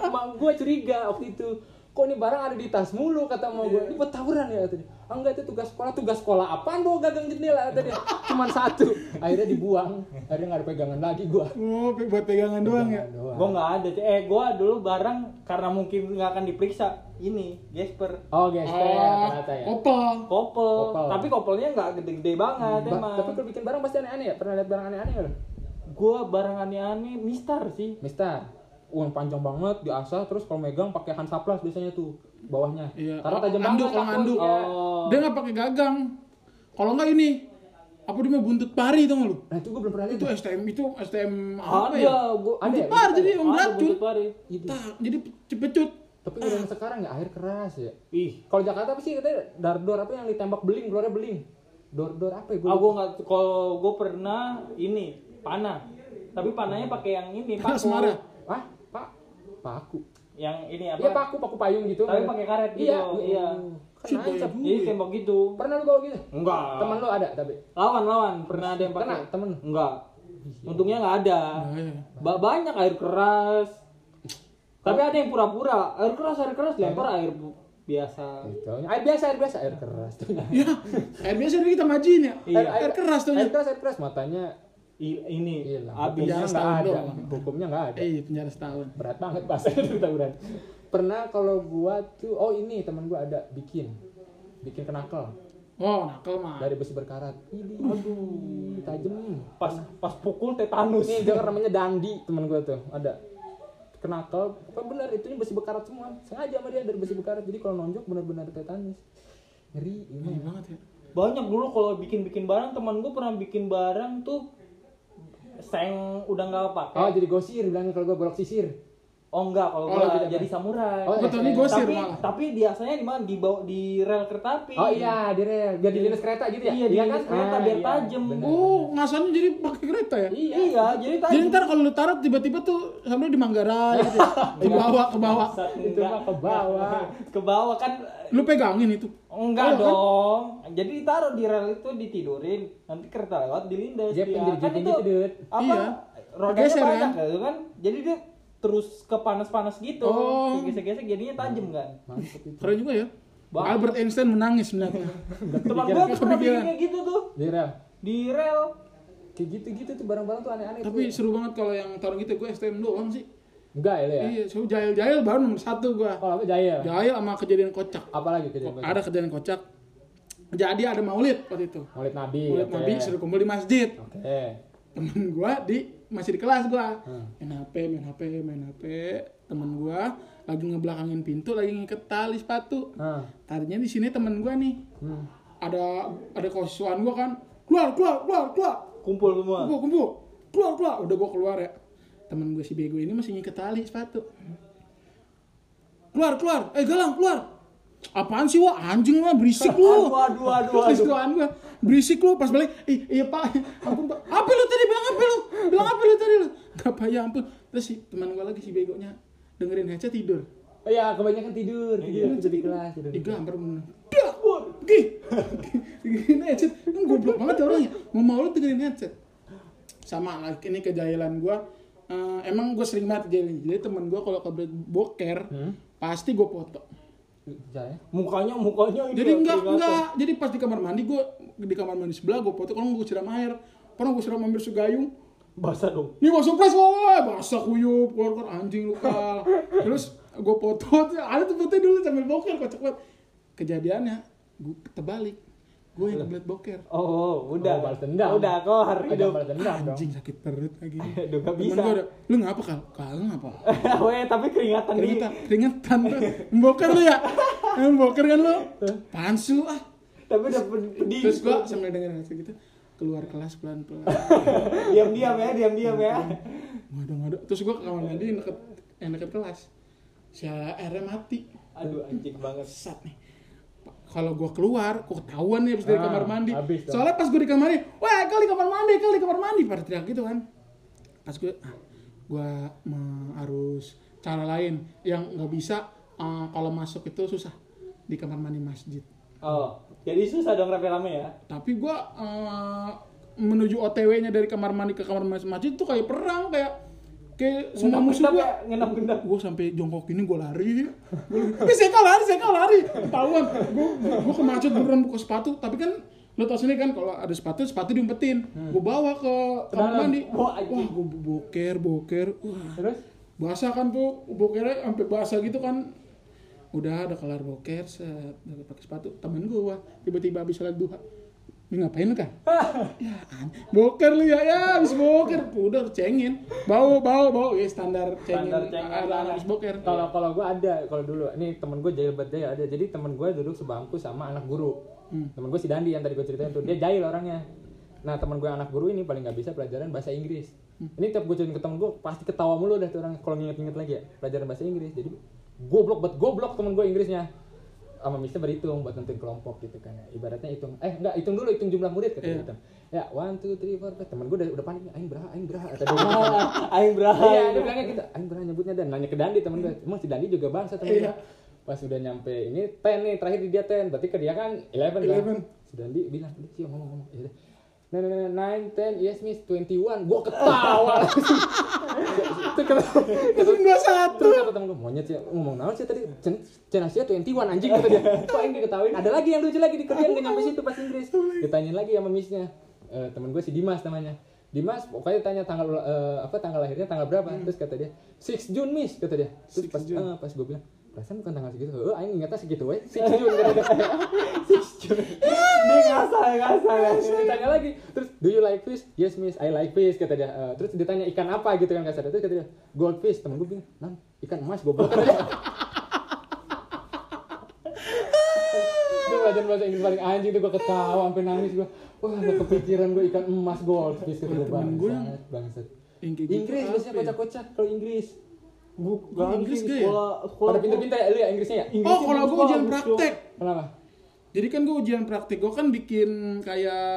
Speaker 2: Emang gue curiga waktu itu. Kok ini barang ada di tas mulu kata
Speaker 1: Iya.
Speaker 2: mau gue. Ini buat tawuran ya tadi. Ah enggak itu tugas sekolah. Tugas sekolah apaan bawa gagang jendela tadi. Cuman satu. Akhirnya dibuang. Akhirnya nggak ada pegangan lagi gue.
Speaker 1: Oh, pe- buat pegangan doang ya.
Speaker 2: Doang.
Speaker 3: gua nggak ada eh gua dulu barang karena mungkin nggak akan diperiksa ini gesper
Speaker 2: Oh guys, ya,
Speaker 1: Ah,
Speaker 2: ternyata ya.
Speaker 1: Opel.
Speaker 3: kopel
Speaker 2: Kopel.
Speaker 3: tapi kopelnya nggak gede-gede banget
Speaker 2: Ba-
Speaker 3: emang
Speaker 2: tapi kalau bikin barang pasti aneh-aneh ya? Pernah lihat barang aneh-aneh nggak lu?
Speaker 3: gua barang aneh-aneh mistar sih
Speaker 2: Mister, uang panjang banget diasah terus kalau megang pakai hansaplas biasanya tuh bawahnya.
Speaker 1: Iya.
Speaker 2: Karena Iya.
Speaker 1: Oh,
Speaker 2: tajam
Speaker 1: anduk,
Speaker 2: banget
Speaker 1: kalau
Speaker 2: takutnya.
Speaker 1: anduk.
Speaker 3: oh
Speaker 1: Dia nggak pakai gagang. Kalau nggak ini apa dia mau buntut pari itu lu?
Speaker 2: Nah, itu gue belum pernah lihat.
Speaker 1: Itu STM itu STM apa
Speaker 3: ada
Speaker 1: ya?
Speaker 3: gua
Speaker 2: Ada gitu. ya?
Speaker 1: Par jadi om
Speaker 3: ada
Speaker 1: racun.
Speaker 3: buntut pari.
Speaker 1: Tak, jadi pecut.
Speaker 2: Tapi udah sekarang ya air keras ya.
Speaker 3: ih
Speaker 2: Kalau Jakarta apa sih katanya dardor apa yang ditembak beling, keluarnya beling. Dor-dor apa ya? Gua
Speaker 3: Ah, gua nggak. Kalau gue pernah ini panah, tapi panahnya pakai yang ini.
Speaker 1: Panas
Speaker 3: paku.
Speaker 1: marah.
Speaker 2: Hah? Pak? Ah, Paku.
Speaker 3: yang ini apa?
Speaker 2: Iya paku, paku payung gitu.
Speaker 3: Tapi pakai karet gitu,
Speaker 2: Iya,
Speaker 1: Oh,
Speaker 3: iya.
Speaker 2: Kena ancam.
Speaker 1: eh.
Speaker 3: Jadi tembok gitu.
Speaker 2: Pernah lu bawa gitu?
Speaker 3: Enggak.
Speaker 1: Ah.
Speaker 2: Temen lu ada tapi.
Speaker 3: Lawan lawan pernah ada yang
Speaker 2: Kena
Speaker 3: pakai?
Speaker 2: temen.
Speaker 3: Enggak. Untungnya nggak ada.
Speaker 1: Ah, iya.
Speaker 3: Ba- banyak air keras. Tapi ada yang pura-pura air keras air keras lempar air bu- biasa.
Speaker 2: Gitu. Air biasa, air biasa, air keras.
Speaker 1: Ya, air biasa dulu kita majuin ya.
Speaker 3: Iya.
Speaker 1: Air keras tuh.
Speaker 2: Air keras, air keras matanya
Speaker 3: I- ini
Speaker 2: hilang.
Speaker 3: habis
Speaker 2: Hukumnya
Speaker 1: Jangan
Speaker 2: nggak
Speaker 1: setahun
Speaker 2: ada.
Speaker 1: doang.
Speaker 2: Hukumnya nggak ada.
Speaker 1: Eh, penjara setahun.
Speaker 2: berat banget bahasanya cerita berat pernah kalau gua tuh oh ini teman gua ada bikin bikin kenakel
Speaker 1: Oh, nakal mah.
Speaker 2: dari besi berkarat ini aduh tajem
Speaker 3: pas pas pukul tetanus.
Speaker 2: ini dia namanya Dandi teman gua tuh ada kenakel apa benar itu besi berkarat semua sengaja sama dia dari besi berkarat jadi kalau nonjok benar-benar tetanus ngeri
Speaker 1: Ini
Speaker 2: ini
Speaker 1: banget ya.
Speaker 3: Banyak dulu kalau bikin-bikin barang teman gue pernah bikin barang tuh seng udah nggak pakai.
Speaker 2: oh jadi gosir bilangnya kalau gua bolak sisir
Speaker 3: Oh enggak
Speaker 2: Oh,
Speaker 3: kalau gua
Speaker 2: tidak
Speaker 3: jadi samurai.
Speaker 2: Oh,
Speaker 1: Betul ini
Speaker 2: eh,
Speaker 1: gosir
Speaker 3: tapi
Speaker 1: malah.
Speaker 3: tapi biasanya di mana di bawah- di rel kereta api.
Speaker 2: oh iya di rel biar di lintas kereta gitu ya
Speaker 3: Iya, di lintas kereta
Speaker 2: Ah,
Speaker 3: biar
Speaker 2: iya.
Speaker 3: tajam.
Speaker 2: Benar.
Speaker 1: Oh, ngasannya jadi pakai kereta ya.
Speaker 3: Iya, jadi
Speaker 1: Jadi
Speaker 3: tajam.
Speaker 1: ntar kalau lu taruh tiba-tiba tuh sampai di Manggarai gitu. ya. Ke bawah, ke bawah.
Speaker 2: itu mah ke bawah
Speaker 3: Ke bawah kan
Speaker 1: Lu pegangin itu. Oh, iya
Speaker 3: enggak
Speaker 1: kan?
Speaker 3: dong. Jadi ditaruh di rel itu ditidurin, nanti kereta lewat dilindas
Speaker 2: Dia
Speaker 3: dia.
Speaker 2: pinggir jepit
Speaker 3: Kan itu
Speaker 2: gitu, Dut.
Speaker 3: apa?
Speaker 1: Iya.
Speaker 3: Rodanya
Speaker 1: Geser,
Speaker 3: banyak
Speaker 1: kan?
Speaker 3: gitu kan. Jadi dia terus kepanas-panas gitu.
Speaker 1: Oh.
Speaker 3: Gesek-gesek jadinya tajam kan.
Speaker 2: mantep itu
Speaker 1: Keren juga ya.
Speaker 3: Bang.
Speaker 1: Albert Einstein menangis sebenarnya.
Speaker 3: Teman gua tuh pernah bikin
Speaker 1: Kepikiran.
Speaker 3: kayak gitu tuh
Speaker 2: di Iya, rel
Speaker 3: di rel.
Speaker 2: kayak gitu-gitu tuh barang-barang tuh aneh-aneh
Speaker 1: Tapi
Speaker 2: tuh.
Speaker 1: seru banget kalau yang taruh gitu gue STM doang sih.
Speaker 2: enggak ya lu ya
Speaker 1: Iya, so jahil-jahil baru nomor satu gua.
Speaker 2: kalau apa jahil
Speaker 1: Jahil sama kejadian kocak.
Speaker 2: apalagi kejadian
Speaker 1: Kok
Speaker 2: gua?
Speaker 1: ada kejadian kocak. Jadi ada maulid waktu itu.
Speaker 2: Maulid Nabi
Speaker 1: Maulid
Speaker 2: oke.
Speaker 1: Nabi suruh kumpul di masjid.
Speaker 2: oke
Speaker 1: Temen gua di masih di kelas gua.
Speaker 2: Hmm.
Speaker 1: Main HP, main HP, main HP. Temen gua lagi ngebelakangin pintu, lagi ngiket tali sepatu.
Speaker 2: Nah,
Speaker 1: Tadinya di sini temen gua nih.
Speaker 2: hmm.
Speaker 1: Ada ada kosiswan gua kan. Keluar, keluar, keluar, keluar.
Speaker 3: Kumpul semua.
Speaker 1: Kumpul, kumpul. Keluar, keluar. Udah gua keluar ya. Temen gue si bego ini masih ngiket tali sepatu. Keluar, keluar. Eh galang, keluar. Apaan sih wah anjing lah berisik lu.
Speaker 3: Aduh, aduh, aduh,
Speaker 1: Terus
Speaker 3: aduh.
Speaker 1: doaan gua berisik lu pas balik. Ih, iya Pak. Ampun Pak. Apa lu tadi bilang apa lu? Bilang apa lu tadi lu? Gak payah ampun. Terus si teman gua lagi si begonya dengerin aja tidur.
Speaker 2: oh iya kebanyakan tidur tidur tidur di kelas tidur di kelas.
Speaker 1: Digambar bener. Dah, wah, pergi. Dengerin headset. Kan goblok banget ya orangnya. Mau mau lu dengerin headset. Sama lah ini kejahilan gua. Eh, emang gue sering banget jahilin. Jadi temen gua kalau kebelet boker, pasti gue foto.
Speaker 2: Jahil ya?
Speaker 3: Mukanya mukanya ini
Speaker 1: Jadi
Speaker 3: yang
Speaker 1: enggak
Speaker 3: kelihatan.
Speaker 1: enggak. Jadi pas di kamar mandi gue di kamar mandi sebelah gue foto kalau gue siram air. Pernah gue siram ambil segayung.
Speaker 3: basah dong.
Speaker 1: Nih gue surprise woi, basah kuyup, keluar keluar anjing lu Kal. Terus gue foto, ada tuh foto dulu sambil boker kocak banget. Kejadiannya gue terbalik. Gue yang kebelet boker.
Speaker 3: Oh,
Speaker 2: Oh,
Speaker 3: udah.
Speaker 2: balas dendam.
Speaker 3: Udah, kelar
Speaker 2: ada
Speaker 3: hidup.
Speaker 2: balas dendam dong
Speaker 1: Anjing sakit perut lagi.
Speaker 3: Aduh, gak
Speaker 1: Temen
Speaker 3: bisa.
Speaker 1: gua udah, lu ngapa Kal? Kal ngapa?
Speaker 3: Weh, tapi keringatan di
Speaker 1: Keringetan, keringetan terus. Boker lu ya? Yang boker kan lu? Pansu ah.
Speaker 3: tapi udah pedih.
Speaker 1: Terus gue sambil dengerin lagu gitu keluar kelas pelan-pelan.
Speaker 3: diam-diam ya, diam-diam ya.
Speaker 1: Ngada-ngada. Terus gue ke kamar mandi yang deket, yang deket kelas. Si airnya mati.
Speaker 3: Aduh, anjing banget.
Speaker 1: Sat nih. Kalau gue keluar, kok ketahuan nih abis dari
Speaker 2: Ah,
Speaker 1: kamar mandi.
Speaker 2: habis dong.
Speaker 1: Soalnya pas gue di kamar mandi, wah kali kamar mandi, kali kamar mandi. Pada teriak gitu kan. Pas gue, ah, gue me- harus cara lain yang nggak bisa eh, kalau masuk itu susah di kamar mandi masjid.
Speaker 3: Oh, jadi susah dong rame-rame ya.
Speaker 1: Tapi gue eh, menuju OTW-nya dari kamar mandi ke kamar mandi masjid tuh kayak perang kayak kayak semua musuh gue
Speaker 3: ngenap gendap.
Speaker 1: gue sampai jongkok ini gue lari gue lari seka lari seka lari ketahuan gue gue kemacut beneran buka sepatu tapi kan lo tau sini kan kalau ada sepatu sepatu diumpetin gue bawa ke kamar
Speaker 2: Dalam.
Speaker 1: mandi wah
Speaker 3: Wah, anjing.
Speaker 1: gue boker boker Uh, wah
Speaker 2: terus
Speaker 1: basah kan tuh bokernya sampai basah gitu kan udah ada kelar boker set udah pakai sepatu temen gue tiba-tiba habis sholat duha ini ngapain lu kan ya an- boker lu ya ya habis boker udah cengin bau bau bau ya standar cengin
Speaker 3: Standar cengin
Speaker 1: ada
Speaker 3: parah.
Speaker 1: anak habis boker
Speaker 2: kalau kalau gua ada kalau dulu ini temen gua jahil banget jahil ada jadi temen gua duduk sebangku sama anak guru temen gua si Dandi yang tadi gua ceritain tuh dia jahil orangnya nah temen gua anak guru ini paling nggak bisa pelajaran bahasa Inggris ini tiap gua ceritain ke temen gua pasti ketawa mulu dah tuh orang kalau nginget-nginget lagi ya pelajaran bahasa Inggris jadi goblok buat goblok temen gua Inggrisnya sama mister berhitung buat nentuin kelompok gitu kan ya. Ibaratnya hitung, eh enggak hitung dulu hitung jumlah murid kata dia gitu. Ya, one, two, three, four, five. Temen gue udah, udah panik, aing beraha, aing beraha. Kata dia gitu. Iya,
Speaker 3: Aing berani.
Speaker 2: dia bilangnya gitu. Aing pernah nyebutnya dan nanya ke Dandi temen gue. Emang si Dandi juga bangsa temen gue.
Speaker 1: Iya.
Speaker 2: Pas udah nyampe ini ten nih terakhir di dia ten. Berarti ke dia kan eleven kan.
Speaker 1: 11.
Speaker 2: Si Dandi bilang, "Udah sih ngomong ngomong." Ya udah. Nine, nine, nine, nine, ten, yes miss, twenty-one. Gua ketawa langsung. Itu ketawa. Itu
Speaker 1: Dua satu.
Speaker 2: Terus kata temen gue, monyet sih, ngomong naon sih tadi, cen, cen Asia 21 anjing kata dia Kok yang diketawain, ada lagi yang lucu lagi di kerjaan gak nyampe situ pas Inggris Ditanyain lagi sama missnya, Eh temen gue si Dimas namanya Dimas pokoknya tanya tanggal ula- eh, apa tanggal lahirnya tanggal berapa terus kata dia 6 June miss kata dia
Speaker 1: 6
Speaker 2: terus
Speaker 1: Hmm.
Speaker 2: pas
Speaker 1: June.
Speaker 2: eh, pas gue bilang perasaan bukan tanggal segitu eh aing ingatnya segitu we 6 June kata dia 6 June
Speaker 3: Dia ngasal, ngasal. ya.
Speaker 2: Terus ditanya lagi terus do you like fish yes miss I like fish kata dia Eh, terus ditanya ikan apa gitu kan kasar terus kata dia goldfish temen gue bilang nan ikan emas goblok kata dia itu pelajaran bahasa Inggris paling anjing tuh gue ketawa sampai nangis gue wah gak kepikiran gue ikan emas goldfish kata gue
Speaker 1: Temen gua yang-
Speaker 2: bangsat bangsat
Speaker 1: Yang kayak gitu
Speaker 2: Inggris
Speaker 1: apa
Speaker 2: biasanya
Speaker 1: ya?
Speaker 2: kocak-kocak kalau Inggris
Speaker 3: Bukan
Speaker 1: Inggris
Speaker 3: sih,
Speaker 1: gak ya?
Speaker 3: sekolah sekolah
Speaker 2: pada pinter-pinter ya lu ya Inggrisnya ya
Speaker 1: Oh, kalau gue ujian
Speaker 3: bagus,
Speaker 1: praktek.
Speaker 2: kenapa
Speaker 1: Jadi kan gue ujian praktek, gue kan bikin kayak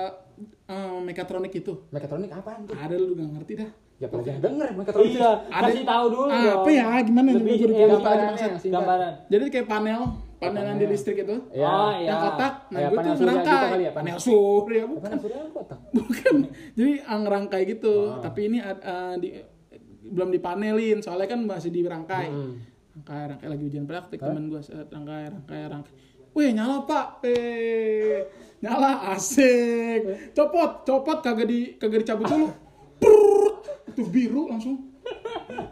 Speaker 1: eh, mekatronik itu.
Speaker 2: mekatronik apaan tuh
Speaker 1: Ada lu gak ngerti dah.
Speaker 2: ya pernah denger
Speaker 3: Yuk.
Speaker 2: mekatronik
Speaker 3: Iya,
Speaker 1: Ada-
Speaker 3: kasih tahu dulu.
Speaker 1: Ah,
Speaker 3: dong.
Speaker 1: apa ya? Gimana nih?
Speaker 3: Lebih
Speaker 1: Gua jadi
Speaker 3: eh,
Speaker 1: lupa
Speaker 2: gambaran
Speaker 3: gimana?
Speaker 2: aja, singkat.
Speaker 3: Gambaran.
Speaker 1: Jadi kayak panel, panel yang di
Speaker 2: Panel.
Speaker 1: listrik itu.
Speaker 2: Ya.
Speaker 3: Oh, iya.
Speaker 1: Yang kotak, nah
Speaker 2: Ya,
Speaker 1: gue
Speaker 2: panel
Speaker 1: tuh
Speaker 2: surya gitu
Speaker 1: ngerangkai.
Speaker 2: kali ya, panel.
Speaker 1: panel surya, bukan.
Speaker 2: Apaan surya kotak
Speaker 1: bukan jadi ah, ngerangkai gitu
Speaker 2: Oh.
Speaker 1: tapi ini ad- ah, di, belum dipanelin soalnya kan masih dirangkai
Speaker 2: Hmm.
Speaker 1: rangkai rangkai lagi ujian praktik teman gue set rangkai rangkai rangkai Wih nyala pak, eh nyala asik, copot copot kagak di kagak dicabut dulu, Prrrt. itu biru langsung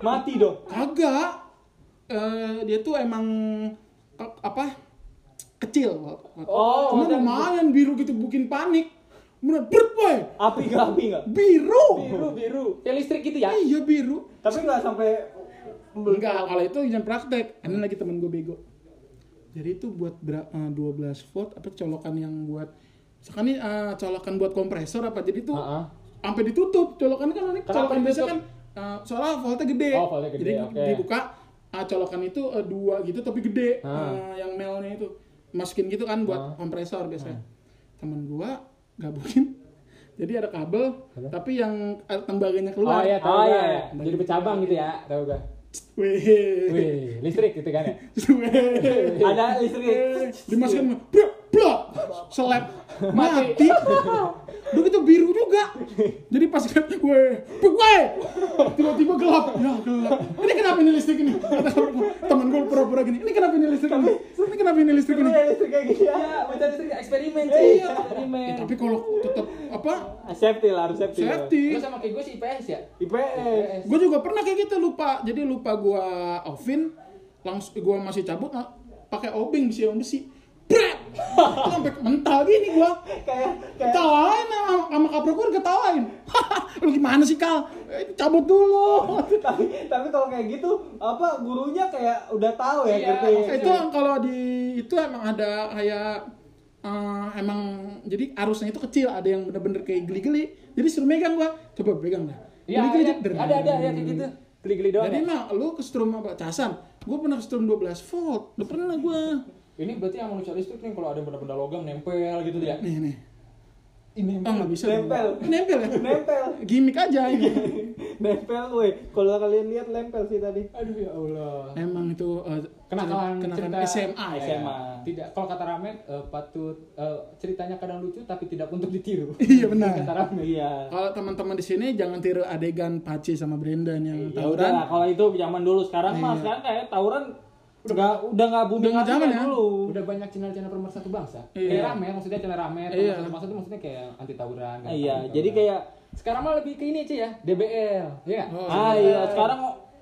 Speaker 3: Mati dong.
Speaker 1: kagak Eh, dia tuh emang ke- apa kecil,
Speaker 3: Oh,
Speaker 1: cuman
Speaker 3: maksudnya-
Speaker 1: lumayan biru gitu bikin panik, bener berat boy,
Speaker 3: Api nggak api nggak?
Speaker 1: biru
Speaker 2: biru biru ya listrik gitu ya
Speaker 1: iya biru
Speaker 3: Tapi nggak sampai
Speaker 1: enggak kalau itu izin praktek ini lagi temen gue bego jadi itu buat bera- eh, 12 volt apa colokan yang buat misalkan ini eh, colokan buat kompresor apa jadi tuh
Speaker 2: Heeh.
Speaker 1: sampai ditutup colokan kan ini
Speaker 2: Kenapa
Speaker 1: colokan biasa
Speaker 2: ditutup?
Speaker 1: kan eh, soalnya voltnya gede,
Speaker 2: Oh, voltnya gede,
Speaker 1: jadi
Speaker 2: oke.
Speaker 1: dibuka eh, colokan itu eh, dua gitu tapi gede
Speaker 2: Ah.
Speaker 1: eh, yang melnya itu masukin gitu kan buat
Speaker 2: Ah.
Speaker 1: kompresor biasanya temen gua gabungin jadi ada kabel tapi yang eh, tembaganya
Speaker 2: Oh
Speaker 1: keluar
Speaker 2: iya, tahu
Speaker 3: Oh,
Speaker 2: gua.
Speaker 3: iya, iya.
Speaker 2: Jadi bercabang gitu ya, tahu gua.
Speaker 1: Wih.
Speaker 2: Wih, listrik gitu kan ya.
Speaker 1: Weh.
Speaker 3: ada listrik.
Speaker 1: dimasukin blok blok seleb mati udah gitu biru juga jadi pas kan gue gue tiba-tiba gelap ya gelap ini kenapa ini listrik ini Kata temen gue pura-pura gini ini kenapa ini listrik ini ini kenapa ini listrik ini
Speaker 3: Ada listrik kayak gini. ya.
Speaker 2: Iya, macam listrik eksperimen
Speaker 1: iya
Speaker 2: eksperimen.
Speaker 1: Ya, tapi kalau tetap apa
Speaker 3: Safety lah, harus safety. lah.
Speaker 2: Lu
Speaker 1: safety
Speaker 2: sama kayak gue sih IPS ya.
Speaker 3: IPS.
Speaker 1: gue juga pernah kayak gitu lupa jadi lupa gue offin langsung gue masih cabut nah, pakai obeng besi yang besi Brek! Itu sampai mental gini gua
Speaker 3: Kayak kayak
Speaker 1: ketawain sama, sama kapro gue ketawain lu gimana sih kal Eh, cabut dulu
Speaker 3: tapi tapi kalau kayak gitu apa gurunya kayak udah tahu ya
Speaker 2: Iya,
Speaker 3: ngerti.
Speaker 1: itu kalau di itu emang ada kayak eh, emang jadi arusnya itu kecil ada yang bener-bener kayak geli-geli jadi suruh megang gua coba pegang dah
Speaker 2: Iya,
Speaker 1: Geli-geli
Speaker 2: iya.
Speaker 1: aja, der.
Speaker 2: ada ada ya kayak gitu. Geli-geli doang.
Speaker 1: jadi
Speaker 2: ya?
Speaker 1: mah lu ke strum apa casan gua pernah ke strum 12 volt udah pernah gua
Speaker 2: Ini berarti yang manusia listrik nih kalau ada benda-benda logam nempel gitu ya.
Speaker 1: nih nih
Speaker 2: Ini
Speaker 1: oh nggak bisa
Speaker 3: Nempel.
Speaker 1: dong. nempel ya
Speaker 3: Nempel.
Speaker 1: gimmick aja ini
Speaker 3: Nempel weh. Kalau kalian lihat nempel sih tadi.
Speaker 2: Aduh ya Allah.
Speaker 1: emang itu eh,
Speaker 2: Kenakalan
Speaker 1: kenakalan
Speaker 2: cerita-
Speaker 1: SMA ya
Speaker 3: SMA.
Speaker 2: Tidak kalau kata Ramet eh, patut eh, ceritanya kadang lucu tapi tidak untuk ditiru.
Speaker 1: Iya, benar.
Speaker 2: Kata Ramet.
Speaker 3: Iya.
Speaker 1: Kalau teman-teman di sini jangan tiru adegan Paci sama Brendan yang
Speaker 3: Ya udah lah,
Speaker 1: tawuran.
Speaker 3: kalau itu zaman dulu sekarang mah sekarang kayak tawuran udah udah nggak
Speaker 1: Iya.
Speaker 3: booming
Speaker 1: nggak
Speaker 3: lagi
Speaker 1: zaman
Speaker 3: kayak
Speaker 1: ya.
Speaker 3: dulu.
Speaker 2: udah banyak channel-channel pemersatu bangsa
Speaker 1: Iya.
Speaker 2: kayak rame maksudnya channel rame
Speaker 1: Iya.
Speaker 2: pemersatu bangsa itu maksudnya kayak anti tawuran
Speaker 3: Ah, iya, jadi kayak
Speaker 2: sekarang mah lebih ke ini aja ya DBL ya
Speaker 1: Oh,
Speaker 3: ah iya sekarang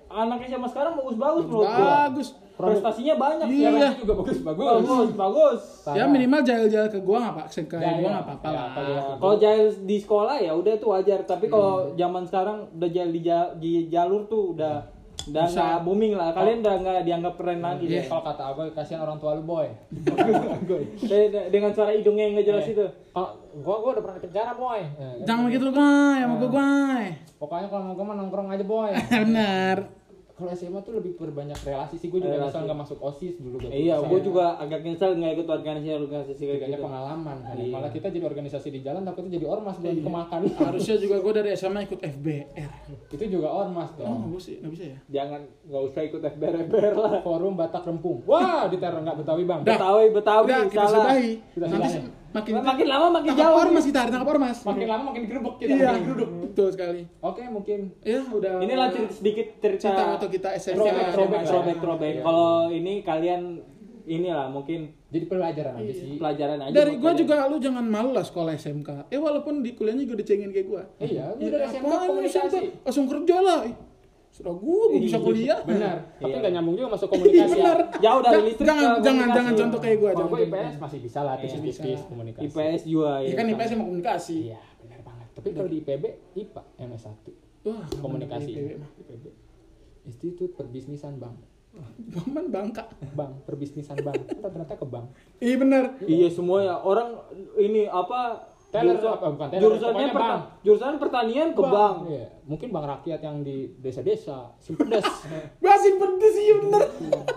Speaker 3: anaknya sama sekarang bagus-bagus menurut gua.
Speaker 1: Bagus.
Speaker 3: Prestasinya banyak
Speaker 1: Iya.
Speaker 3: sekarang.
Speaker 2: juga bagus bagus
Speaker 3: Bagus, bagus.
Speaker 1: Ya minimal jail-jail ke gua nggak pak, ke
Speaker 2: Jail.
Speaker 1: gua nggak apa-apa
Speaker 2: Ya,
Speaker 1: lah.
Speaker 2: apa ya.
Speaker 3: Iya. Kalau jahil di sekolah ya udah tuh wajar, tapi
Speaker 1: Hmm.
Speaker 3: kalau zaman sekarang udah jahil di, ja- di jalur tuh udah udah
Speaker 1: Bisa.
Speaker 3: nggak booming lah. Kalian udah nggak dianggap keren lagi
Speaker 2: Iya,
Speaker 3: deh.
Speaker 2: kalau kata abah kasihan orang tua lu boy
Speaker 3: De- de- Dengan suara hidungnya yang nggak jelas
Speaker 1: Iya.
Speaker 2: Eh,
Speaker 3: itu.
Speaker 2: kalau gua gua udah pernah di penjara boy Eh,
Speaker 1: Ah. Jangan begitu lu guys, sama gua guys.
Speaker 2: pokoknya kalau mau gua mah nongkrong aja boy
Speaker 1: Benar.
Speaker 2: kalau SMA tuh lebih perbanyak relasi sih gue juga
Speaker 3: Relasi.
Speaker 2: asal nggak masuk osis dulu ya. gak
Speaker 3: Iya,
Speaker 2: bisa.
Speaker 3: gue juga agak nyesel nggak ikut organisasi organisasi kayak
Speaker 2: Tidaknya
Speaker 3: gitu.
Speaker 2: pengalaman kan.
Speaker 3: Iya.
Speaker 2: Malah kita jadi organisasi di jalan takutnya jadi ormas dan kemakan.
Speaker 1: Harusnya juga gue dari SMA ikut FBR.
Speaker 2: Itu juga ormas
Speaker 1: Oh,
Speaker 2: dong.
Speaker 1: gue sih nggak bisa ya.
Speaker 3: Jangan nggak usah ikut FBR-FBR lah.
Speaker 2: Forum Batak Rempung. Wah, diteror nggak Betawi bang.
Speaker 1: Dah.
Speaker 3: Betawi, Betawi,
Speaker 1: Ah, Udah, kita
Speaker 3: salah.
Speaker 1: sudahi.
Speaker 2: Kita
Speaker 1: Nanti
Speaker 2: sudahi.
Speaker 1: makin
Speaker 3: Makin lama makin
Speaker 1: tangkap
Speaker 3: jauh.
Speaker 1: ormas kita, tangkap ormas.
Speaker 2: Makin lama makin gerubuk kita.
Speaker 1: Iya,
Speaker 2: makin geruduk.
Speaker 1: betul sekali.
Speaker 2: Oke, mungkin
Speaker 1: Ya, udah.
Speaker 3: Ini lah cerita sedikit cerita.
Speaker 1: cerita waktu kita SMA.
Speaker 3: Throwback, throwback,
Speaker 2: Iya.
Speaker 3: throwback, throwback.
Speaker 2: Iya.
Speaker 3: Kalau ini kalian inilah mungkin
Speaker 2: jadi pelajaran aja sih.
Speaker 3: Iya, pelajaran aja.
Speaker 1: Dari
Speaker 3: buat
Speaker 1: gue
Speaker 3: kalian.
Speaker 1: juga lu jangan malu lah sekolah SMK. Eh walaupun di kuliahnya juga dicengin kayak gue.
Speaker 2: Iya, gue dari SMA
Speaker 1: apaan lu
Speaker 2: komunikasi.
Speaker 1: SMK? Langsung kerja lah. Ih, Sudah gue, gue bisa kuliah.
Speaker 2: Benar. Tapi
Speaker 3: Iya.
Speaker 2: nggak nyambung juga masuk
Speaker 1: Iya
Speaker 2: komunikasi. ya.
Speaker 1: benar.
Speaker 3: Jauh dari
Speaker 1: Ja-
Speaker 3: listrik
Speaker 1: Jangan,
Speaker 3: ke
Speaker 1: jangan,
Speaker 3: komunikasi.
Speaker 1: jangan contoh kayak gue.
Speaker 2: Kalau gue IPS masih bisa lah, tipis-tipis
Speaker 1: Iya, bisa.
Speaker 2: komunikasi.
Speaker 3: IPS juga ya.
Speaker 1: Iya kan IPS sama komunikasi.
Speaker 2: Iya, benar banget. Tapi kalau di IPB, IPA, MS1.
Speaker 1: Wah, nggak
Speaker 2: Komunikasi.
Speaker 1: bener IPB mah.
Speaker 2: IPB. Institut Perbisnisan Bang.
Speaker 1: Baman bangka.
Speaker 2: Bang, perbisnisan bang. Ternyata, ternyata ke bank.
Speaker 1: Iya benar.
Speaker 3: Iya semua ya. Orang ini apa
Speaker 2: Teller,
Speaker 3: jurusan-
Speaker 2: apa, bukan teller,
Speaker 3: jurusannya
Speaker 2: pokoknya
Speaker 3: perta-
Speaker 2: bank.
Speaker 3: jurusan pertanian ke bank.
Speaker 2: Iya. Mungkin bank rakyat yang di desa-desa, simpedes.
Speaker 1: Masih pedes iya benar.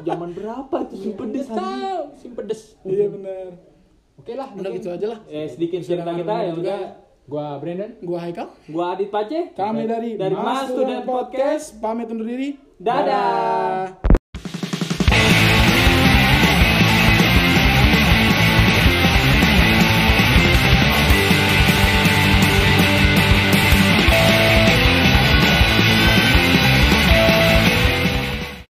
Speaker 3: Zaman berapa itu simpedes anjing?
Speaker 2: Tahu, simpedes.
Speaker 1: Iya benar.
Speaker 2: Oke lah,
Speaker 1: Udah gitu aja lah.
Speaker 3: Eh sedikit cerita kita ya
Speaker 2: Juga
Speaker 3: udah.
Speaker 2: gua Brandon.
Speaker 1: Gua Haikal.
Speaker 3: Gua Adit Pace.
Speaker 1: Kami dari,
Speaker 3: dari Mas Student Podcast.
Speaker 1: Pamit undur diri.
Speaker 3: Dadah.
Speaker 1: Dadah.